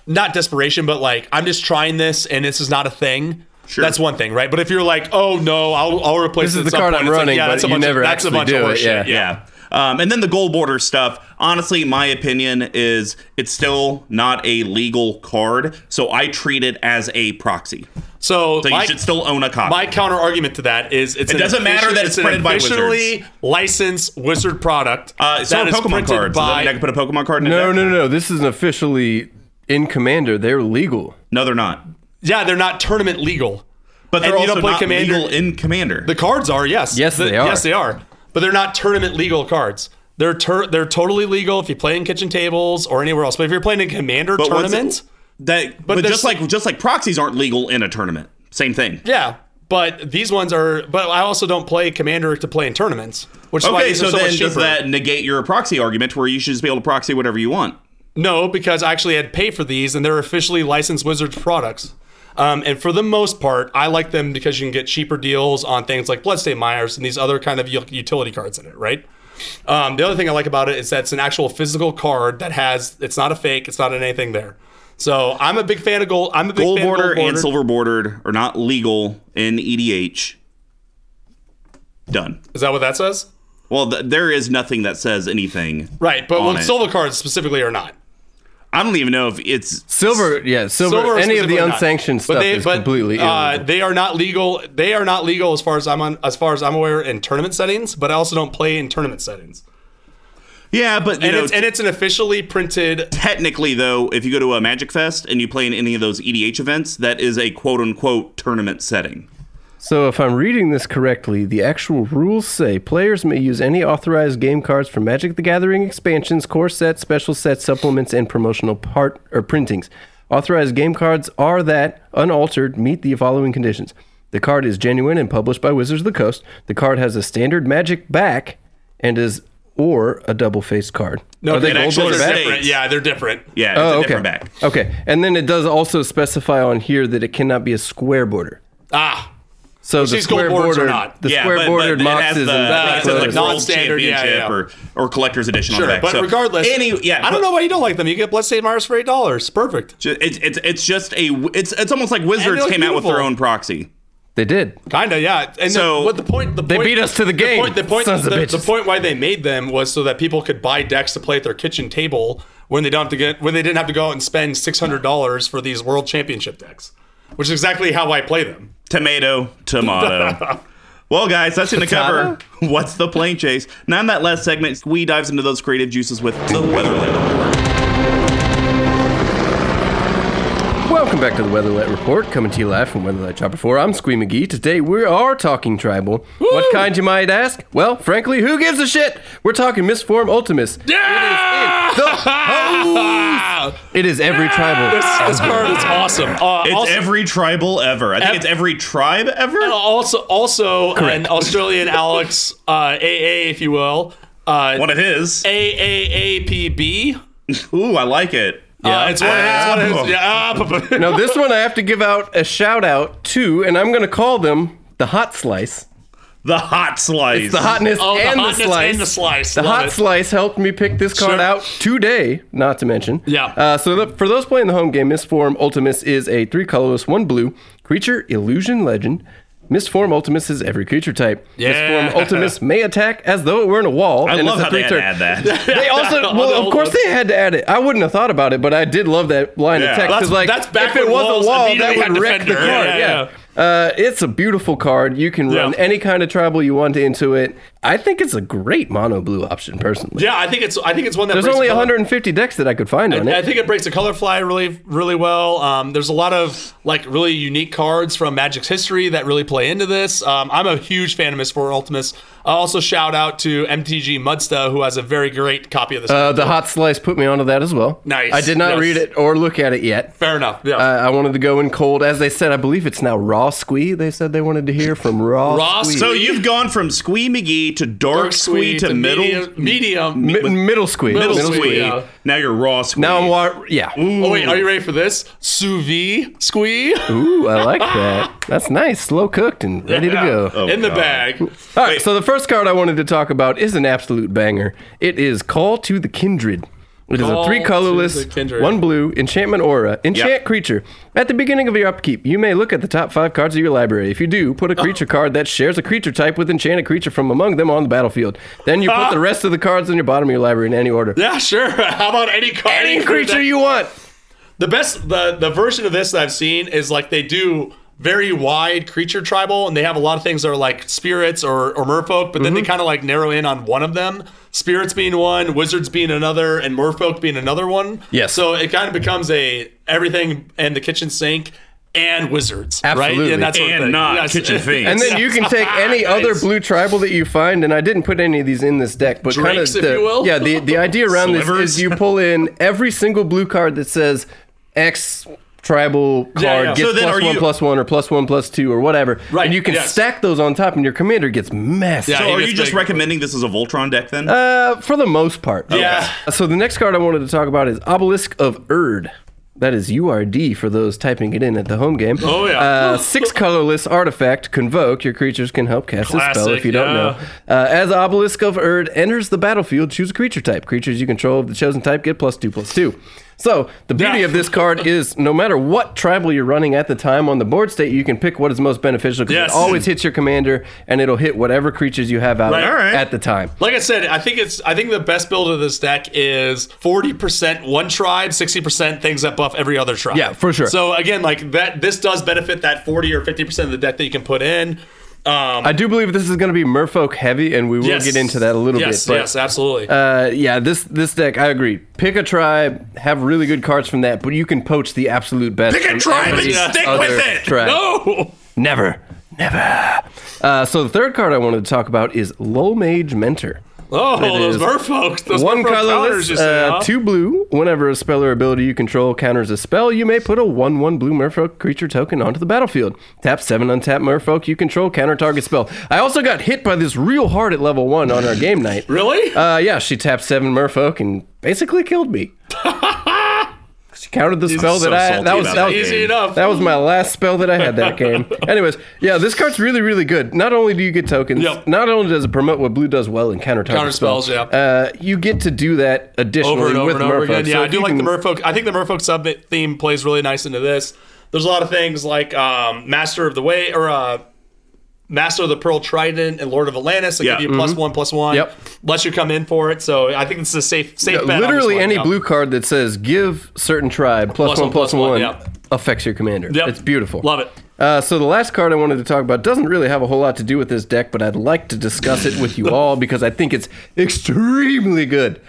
S2: not desperation, but like I'm just trying this and this is not a thing.
S1: Sure.
S2: That's one thing, right? But if you're like, oh no, I'll, I'll replace
S3: This is
S2: it
S3: the
S2: at some
S3: card
S2: point,"
S3: I'm
S2: it's like,
S3: running,
S2: yeah, that's
S3: but
S2: a
S3: you
S2: bunch
S3: never
S2: of, that's a
S3: actually
S2: bunch
S3: do
S2: of
S3: it,
S2: horseshit.
S3: yeah.
S1: Yeah. Um, and then the gold border stuff. Honestly, my opinion is it's still not a legal card, so I treat it as a proxy.
S2: So,
S1: So
S2: my,
S1: you should still own a copy.
S2: my counter argument to that is it's
S1: It doesn't matter that it's printed by Wizards.
S2: officially licensed wizard product
S1: uh, so
S2: that
S1: are
S2: is
S1: Pokemon
S2: printed
S1: cards. Does that mean I
S2: by
S1: can put a Pokemon card in a
S3: No,
S1: deck?
S3: no, no. This isn't officially in Commander. They're legal.
S1: No, they're not.
S2: yeah, they're not tournament legal.
S1: But they're
S2: And you
S1: also
S2: don't play
S1: not
S2: Commander-
S1: legal in Commander.
S2: The cards are, yes.
S3: Yes,
S2: The-
S3: they are.
S2: Yes, they are. But they're not tournament legal cards. They're tur they're totally legal if you play in kitchen tables or anywhere else. But if you're playing in commander
S1: But once it-
S2: tournament,
S1: that, but
S2: there's-
S1: just like just like proxies aren't legal in a tournament. Same thing.
S2: yeah. But these ones are. But I also don't play commander to play in tournaments, which is why
S1: Okay,
S2: these
S1: so,
S2: are so
S1: then
S2: much
S1: does
S2: cheaper.
S1: that negate your proxy argument where you should just be able to proxy whatever you want?
S2: No, because I actually had to pay for these, and they're officially licensed Wizards products. Um, and for the most part, I like them because you can get cheaper deals on things like Bloodstained Myers and these other kind of u- utility cards in it, right? Um, the other thing I like about it is that it's an actual physical card that has. It's not a fake. It's not anything there. So I'm a big fan of gold. I'm a big
S1: Gold
S2: fan
S1: border,
S2: of gold
S1: and silver bordered are not legal in EDH. Done.
S2: Is that what that says?
S1: Well, th- there is nothing that says anything.
S2: Right, but
S1: on
S2: well,
S1: it.
S2: silver cards specifically are not.
S1: I don't even know if it's
S3: Silver, yeah, silver.
S2: Silver
S3: any of
S2: specifically
S3: the
S2: not.
S3: unsanctioned
S2: But
S3: stuff
S2: they-
S3: is
S2: but,
S3: completely
S2: uh,
S3: illegal.
S2: they are not legal. They are not legal as far as I'm on, as far as I'm aware in tournament settings. But I also don't play in tournament settings.
S1: yeah, but you
S2: And
S1: know,
S2: it's and it's an officially printed.
S1: technically though, if you go to a Magic Fest and you play in any of those EDH events, that is a quote unquote tournament setting.
S3: So, if I'm reading this correctly, the actual rules say players may use any authorized game cards for Magic the Gathering expansions, core sets, special sets, supplements, and promotional part or printings. Authorized game cards are that, unaltered, meet the following conditions. The card is genuine and published by Wizards of the Coast. The card has a standard Magic back and is or a double faced card. No, are they
S1: it
S3: gold
S1: actually
S3: or
S1: says
S3: back?
S1: states.
S2: Different. Yeah, they're different.
S1: Yeah, it's a different back.
S2: Oh,
S3: Okay, and then it does also specify on here that it cannot be a square border.
S2: Ah,
S3: So the
S2: these gold
S3: square
S2: borders are
S3: bordered,
S2: not.
S3: the
S1: yeah,
S3: square
S1: but- but
S3: bordered
S1: it
S3: moxes
S1: has
S3: and
S1: the,
S2: back
S1: it says, like
S2: clothes.
S1: world
S2: Non-standard, yeah,
S1: championship
S2: yeah.
S1: or or collector's edition on
S2: sure.
S1: the back.
S2: But
S1: so
S2: regardless,
S1: any yeah,
S2: I don't
S1: but-
S2: know why you don't like them. You get Blessed St. Mars for eight dollars. Perfect.
S1: Ju- It's it's it's just a it's it's almost like Wizards
S2: look
S1: came out with their
S2: beautiful.
S1: own proxy.
S3: They did.
S2: Kinda, yeah. And
S1: So-
S2: so the, what the point? The they point,
S3: beat us to the game,
S2: The point, the, point,
S3: sons of
S2: the, the
S3: bitches.
S2: point why they made them was so that people could buy decks to play at their kitchen table when they don't have to get when they didn't have to go out and spend six hundred dollars for these World Championship decks, which is exactly how I play them.
S1: Tomato,
S2: [laughs]
S1: tomato. well, guys, that's going to cover [laughs] what's the plane chase. Now, in that last segment, we dives into those creative juices with the weather label.
S3: Welcome back to the Weatherlight Report, coming to you live from Weatherlight Chopper 4. I'm Squee McGee. Today we are talking tribal. What kind, you might ask? Well, frankly, who gives a shit? We're talking Misform Ultimus.
S2: Yeah!
S3: It is in the hose. It is every tribal. Uh-huh.
S2: This, this card is awesome. Uh,
S1: Ah! It's
S2: also,
S1: every tribal ever. I think
S2: Ev-
S1: it's every tribe ever.
S2: also also an Australian Alex uh, AA, if you will, uh,
S1: One of his.
S2: AAAPB.
S1: Ooh, I like it.
S2: Uh, it's one. it's one of his, yeah, ah, [laughs]
S3: Now, this one I have to give out a shout out to, and I'm going to call them the Hot Slice.
S1: The hot slice.
S3: The hotness,
S2: Oh, the
S3: and,
S2: hotness
S3: the slice.
S2: and the slice.
S3: The
S2: Love
S3: hot
S2: it.
S3: slice helped me pick this card
S2: Sure.
S3: out today, not to mention.
S2: Yeah.
S3: Uh, so the, for those playing the home game, Misform Ultimus is a three colorless, one blue creature, illusion legend. Misform Ultimus is every creature type.
S2: Yeah. [laughs]
S3: Misform Ultimus may attack as though it were in a wall.
S1: I love how they had to add
S2: [laughs]
S1: that.
S3: They also,
S2: the
S3: well, of
S2: old
S3: course
S2: ones.
S3: they had to add it. I wouldn't have thought about it, but I did love that line
S1: Yeah.
S3: of text. 'cause,
S2: That's-
S3: like,
S2: that's
S3: if it
S2: backward
S3: was
S2: walls
S3: a wall,
S2: immediately
S3: that would
S2: had
S3: wreck the card.
S2: defender.
S3: Yeah,
S2: Yeah, yeah,
S3: Uh, it's a beautiful card. You can run
S2: Yeah.
S3: any kind of tribal you want into it. I think it's a great mono blue option, personally.
S2: Yeah, I think it's I think it's one that
S3: There's
S2: breaks
S3: only
S2: the color-
S3: 150 decks that I could find on
S2: I
S3: it.
S2: think it breaks the color fly really really well. Um, there's a lot of like really unique cards from Magic's history that really play into this. Um, I'm a huge fan of Misfor Ultimus. I also shout out to MTG Mudsta who has a very great copy of this.
S3: Uh, the hot slice put me onto that as well.
S2: Nice,
S3: I did not
S2: yes.
S3: read it or look at it yet.
S2: Fair enough. Yeah.
S3: Uh, I wanted to go in cold. As they said, I believe it's now Raw Squee. They said they wanted to hear from Raw.
S2: Raw
S3: Squee.
S2: Squee.
S1: so you've gone from Squee McGee to Dark, Squee, to, Middle
S2: medium. medium.
S3: Mi- middle Squee.
S2: Middle
S1: Middle
S2: Squee,
S1: Squee.
S2: yeah.
S1: Now you're Raw Squee.
S3: Now I'm wa- yeah.
S2: oh wait, are you ready for this? Sous vide squee
S3: Ooh, I like that. That's nice. Slow cooked and ready to go.
S2: in the
S1: God.
S2: bag.
S3: All right, so the first card I wanted to talk about is an absolute banger. It is Call to the Kindred. It is
S2: Call
S3: a three
S2: to
S3: colorless,
S2: the Kindred.
S3: one blue enchantment aura. Enchant
S1: Yep.
S3: creature. At the beginning of your upkeep, you may look at the top five cards of your library. If you do, put a creature card that shares a creature type with enchanted creature from among them on the battlefield. Then you put the rest of the cards on your bottom of your library in any order.
S2: Yeah, sure. [laughs] How about any card?
S3: Any
S2: that-
S3: creature you want.
S2: The best the the version of this that I've seen is like they do very wide creature tribal and they have a lot of things that are like spirits or, or merfolk, but then
S3: Mm-hmm.
S2: they kind of like narrow in on one of them. Spirits being one, wizards being another, and merfolk being another one.
S3: Yes.
S2: So it kind of becomes a everything and the kitchen sink and wizards.
S3: Absolutely.
S2: Right? And that's
S1: And not
S2: [laughs]
S1: kitchen things.
S3: And then you can take any other blue tribal that you find, and I didn't put any of these in this deck, but kind of
S2: Drakes,
S3: the
S2: if you will.
S3: yeah the the idea around this
S1: Slivers.
S3: is you pull in every single blue card that says X tribal card
S2: yeah.
S3: gets
S1: So then
S3: plus
S1: are
S3: one
S1: you-
S3: plus one or plus one plus two or whatever,
S2: Right,
S3: and you can
S2: yes.
S3: stack those on top, and your commander gets massive.
S2: Yeah,
S1: So
S2: he
S1: are
S2: gets
S1: you just
S2: big.
S1: recommending this is a Voltron deck then?
S3: Uh, for the most part.
S2: Yeah.
S3: So the next card I wanted to talk about is Obelisk of Erd. That is URD for those typing it in at the home game.
S2: Oh, yeah.
S3: Uh, six colorless artifact, Convoke. Your creatures can help cast a spell
S2: Classic,
S3: if you don't
S2: yeah.
S3: know. Uh, as Obelisk of Erd enters the battlefield, choose a creature type. Creatures you control of the chosen type get plus two, plus two. So the beauty
S2: Yeah.
S3: of this card is no matter what tribal you're running at the time on the board state, you can pick what is most beneficial because
S2: Yes.
S3: it always hits your commander and it'll hit whatever creatures you have out
S2: Right. All
S1: right.
S3: at the time.
S2: Like I said, I think it's I think the best build of this deck is 40% one tribe, 60% things that buff every other tribe.
S3: Yeah, for sure.
S2: So again, like that this does benefit that 40 or 50% of the deck that you can put in. Um
S3: I do believe this is going to be Merfolk heavy, and we will
S2: yes.
S3: get into that a little
S2: yes,
S3: bit. but,
S2: yes, absolutely.
S3: Uh, yeah, this this deck, I agree. Pick a tribe, have really good cards from that, but you can poach the absolute best.
S1: Pick a
S3: from
S1: tribe and
S3: every
S1: stick
S3: other
S1: with it.
S3: tribe.
S2: no.
S3: Never, never. Uh, so the third card I wanted to talk about is Low Mage Mentor.
S2: Oh, those
S3: is
S2: merfolk. Those
S3: One
S2: merfolk
S3: colorless,
S2: counters you say,
S3: uh,
S2: huh?
S3: two blue. Whenever a spell or ability you control counters a spell, you may put a one-one blue Merfolk creature token onto the battlefield. Tap seven untap Merfolk you control counter target spell. I also got hit by this real hard at level one on our game night.
S2: Really?
S3: Uh, yeah, she tapped seven Merfolk and basically
S2: [laughs]
S3: killed me. she counted the spell
S1: so
S3: that I
S1: salty
S3: that was
S1: about
S3: that
S1: it.
S3: was,
S2: Easy enough.
S3: that was my last spell that I had
S2: [laughs]
S3: that game. Anyways, yeah, this card's really really good. Not only do you get tokens,
S2: Yep.
S3: not only does it promote what blue does well in counter target
S2: Counter spells,
S3: spells,
S2: yeah.
S3: Uh, you get to do that additionally
S2: over and over
S3: with
S2: and over
S3: Merfolk.
S2: again. Yeah,
S3: So
S2: I
S3: if
S2: do
S3: you
S2: like the
S3: can-
S2: Merfolk. I think the Merfolk sub theme plays really nice into this. There's a lot of things like um, Master of the Way or uh, Master of the Pearl Trident and Lord of Atlantis. that
S1: Yeah.
S2: give you a plus one, plus one.
S3: Mm-hmm. Yep.
S2: Lets you come in for it. So I think it's a safe, safe bet. on this
S3: Literally
S2: one,
S3: any
S2: yeah.
S3: blue card that says give certain tribe plus, plus one plus one,
S2: yeah.
S3: affects your commander.
S2: Yep.
S3: It's beautiful.
S2: Love it.
S3: Uh, so the last card I wanted to talk about doesn't really have a whole lot to do with this deck, but I'd like to discuss it
S2: [laughs]
S3: with you all because I think it's extremely good.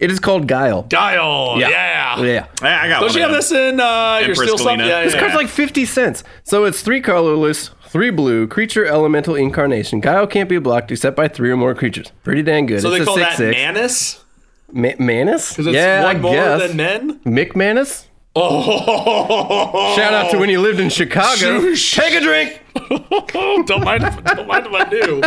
S3: It is called Guile.
S2: Dial. Yeah.
S3: Yeah.
S1: Hey, I got
S2: Don't
S1: one
S2: you
S1: of
S2: have
S1: them.
S2: this in uh, your
S1: Empress
S2: steel sub?
S1: Galena.
S2: Yeah,
S1: This
S2: yeah,
S3: Card's
S2: yeah.
S3: like 50 cents. So it's three colorless, three blue, creature, elemental, incarnation. Guile can't be blocked except by three or more creatures. Pretty dang good.
S2: So
S3: it's
S2: they
S3: a
S2: call that
S3: 6-6.
S2: Manus?
S3: Ma- Manus?
S2: Because it's
S3: yeah,
S2: one
S3: I
S2: more
S3: guess.
S2: than men?
S3: Mick Manus?
S2: Oh.
S3: [laughs] Shout out to when you lived in Chicago.
S2: Shoosh.
S3: Take a drink.
S2: [laughs] don't mind if, don't mind if I
S3: [laughs]
S2: do.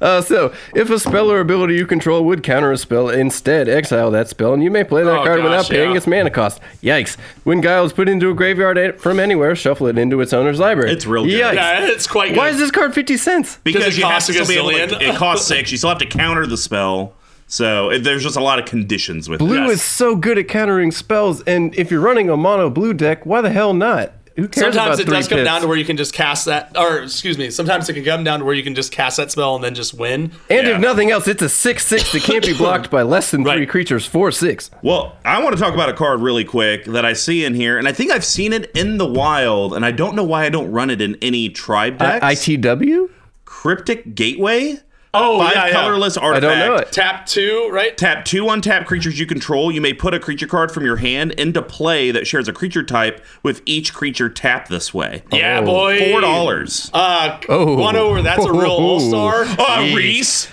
S3: Uh, so, if a spell or ability you control would counter a spell, instead exile that spell, and you may play that
S2: Oh,
S3: card
S2: gosh,
S3: without paying
S2: yeah.
S3: its mana cost. Yikes! When Guile is put into a graveyard a- from anywhere, shuffle it into its owner's library.
S1: It's real good.
S3: Yikes!
S2: Yeah, it's quite good.
S3: Why is this card fifty cents?
S2: Does
S1: because
S2: it
S1: you have
S2: cost
S1: to
S2: a
S1: still be able to, [laughs]
S2: gazillion?
S1: it costs six. You still have to counter the spell. So it, there's just a lot of conditions with
S3: Blue
S1: it.
S3: is so good at countering spells, and if you're running a mono blue deck, why the hell not? Who cares
S2: Sometimes
S3: about
S2: it
S3: three
S2: does come
S3: pips?
S2: down to where you can just cast that, or excuse me, sometimes it can come down to where you can just cast that spell and then just win.
S3: And
S1: Yeah.
S3: if nothing else, it's a six six that
S2: [coughs]
S3: can't be blocked by less than three
S2: Right.
S3: creatures. Four six.
S1: Well, I want to talk about a card really quick that I see in here, and I think I've seen it in the wild, and I don't know why I don't run it in any tribe decks.
S3: ITW.
S1: Cryptic Gateway.
S2: Oh,
S1: Five
S2: yeah, yeah.
S1: colorless
S3: I
S1: artifact.
S3: don't know it.
S2: Tap two, right?
S1: Tap two untapped creatures you control. You may put a creature card from your hand into play that shares a creature type with each creature tapped this way.
S2: Yeah,
S3: Oh.
S2: boy.
S1: Four dollars.
S2: Uh,
S3: Oh.
S2: One over. That's a real all
S3: [laughs]
S2: star.
S1: Uh, Reese.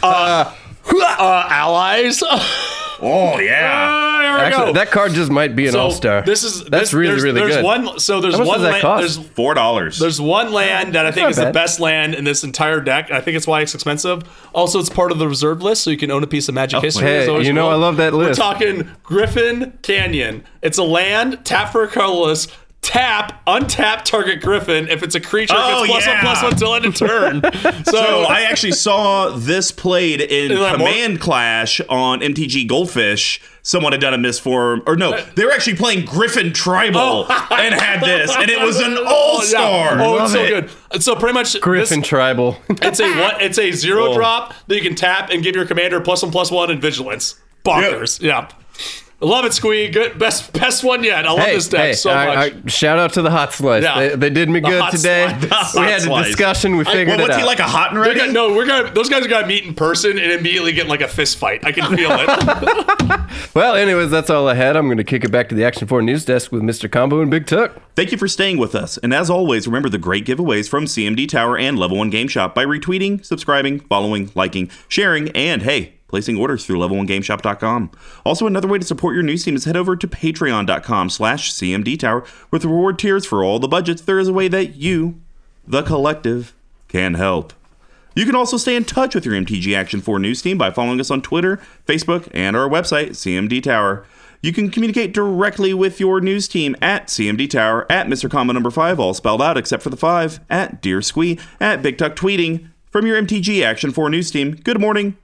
S2: Uh, allies. [laughs]
S1: oh yeah.
S2: Ah, here we
S3: Actually,
S2: go.
S3: that card just might be an
S2: So
S3: all star.
S2: This is
S3: that's
S2: this-
S3: really
S2: there's,
S3: really
S2: there's
S3: good.
S2: One, so there's
S3: How much
S2: one.
S3: does that
S2: la-
S3: cost?
S2: There's
S1: Four dollars.
S2: There's one land that I think
S3: not
S2: is the
S3: bad.
S2: best land in this entire deck. and I think it's why it's expensive. Also, it's part of the reserve list, so you can own a piece of Magic History.
S3: hey,
S2: It's always
S3: you know I love that list.
S2: We're talking Griffin Canyon. It's a land. Tap for a colorless. Tap, untap target Griffin. If it's a creature,
S1: Oh,
S2: it gets plus
S1: yeah.
S2: one, plus one till end of turn.
S1: [laughs]
S2: so,
S1: So I actually saw this played in
S2: Is that more-
S1: Command Clash on MTG Goldfish. Someone had done a misform, or no, they were actually playing Griffin Tribal and had this, and it was
S2: [laughs]
S1: an all star.
S2: Oh, it's so good. And So pretty much
S3: Griffin
S2: This, [laughs]
S3: Tribal.
S2: it's a one, it's a zero
S3: Oh.
S2: drop that you can tap and give your commander plus one plus one and vigilance. Bonkers. Yeah. I Love it, Squee. Good best best one yet. I love this deck so
S3: I-
S2: much.
S3: I- shout out to the Hot Slice.
S2: Yeah.
S3: They, they did me
S2: The
S3: good
S2: Hot
S3: today.
S2: Slice.
S3: [laughs] We
S2: The
S1: Hot
S3: had a
S1: Slice.
S3: discussion. We figured
S1: Well,
S3: it
S1: what's
S3: out.
S1: he like a hot and
S2: They're
S1: ready?
S2: gonna- no, we're gonna. Those guys are gonna meet in person and immediately get like a fist fight. I can feel
S3: [laughs]
S2: it.
S3: well, anyways, that's all I had. I'm going to kick it back to the Action 4 news desk with Mr. Combo and Big Tuck.
S1: Thank you for staying with us. And as always, remember the great giveaways from CMD Tower and Level 1 Game Shop by retweeting, subscribing, following, liking, sharing, and hey, placing orders through level1gameshop.com. Also, another way to support your news team is head over to patreon.com slash CMD Tower with reward tiers for all the budgets. There is a way that you, the collective, can help. You can also stay in touch with your MTG Action 4 news team by following us on Twitter, Facebook, and our website, CMD Tower. You can communicate directly with your news team at CMD Tower, at Mr. Comma number 5, all spelled out except for the 5, at Dear Squee, at Big Tuck Tweeting. From your MTG Action 4 news team, good morning,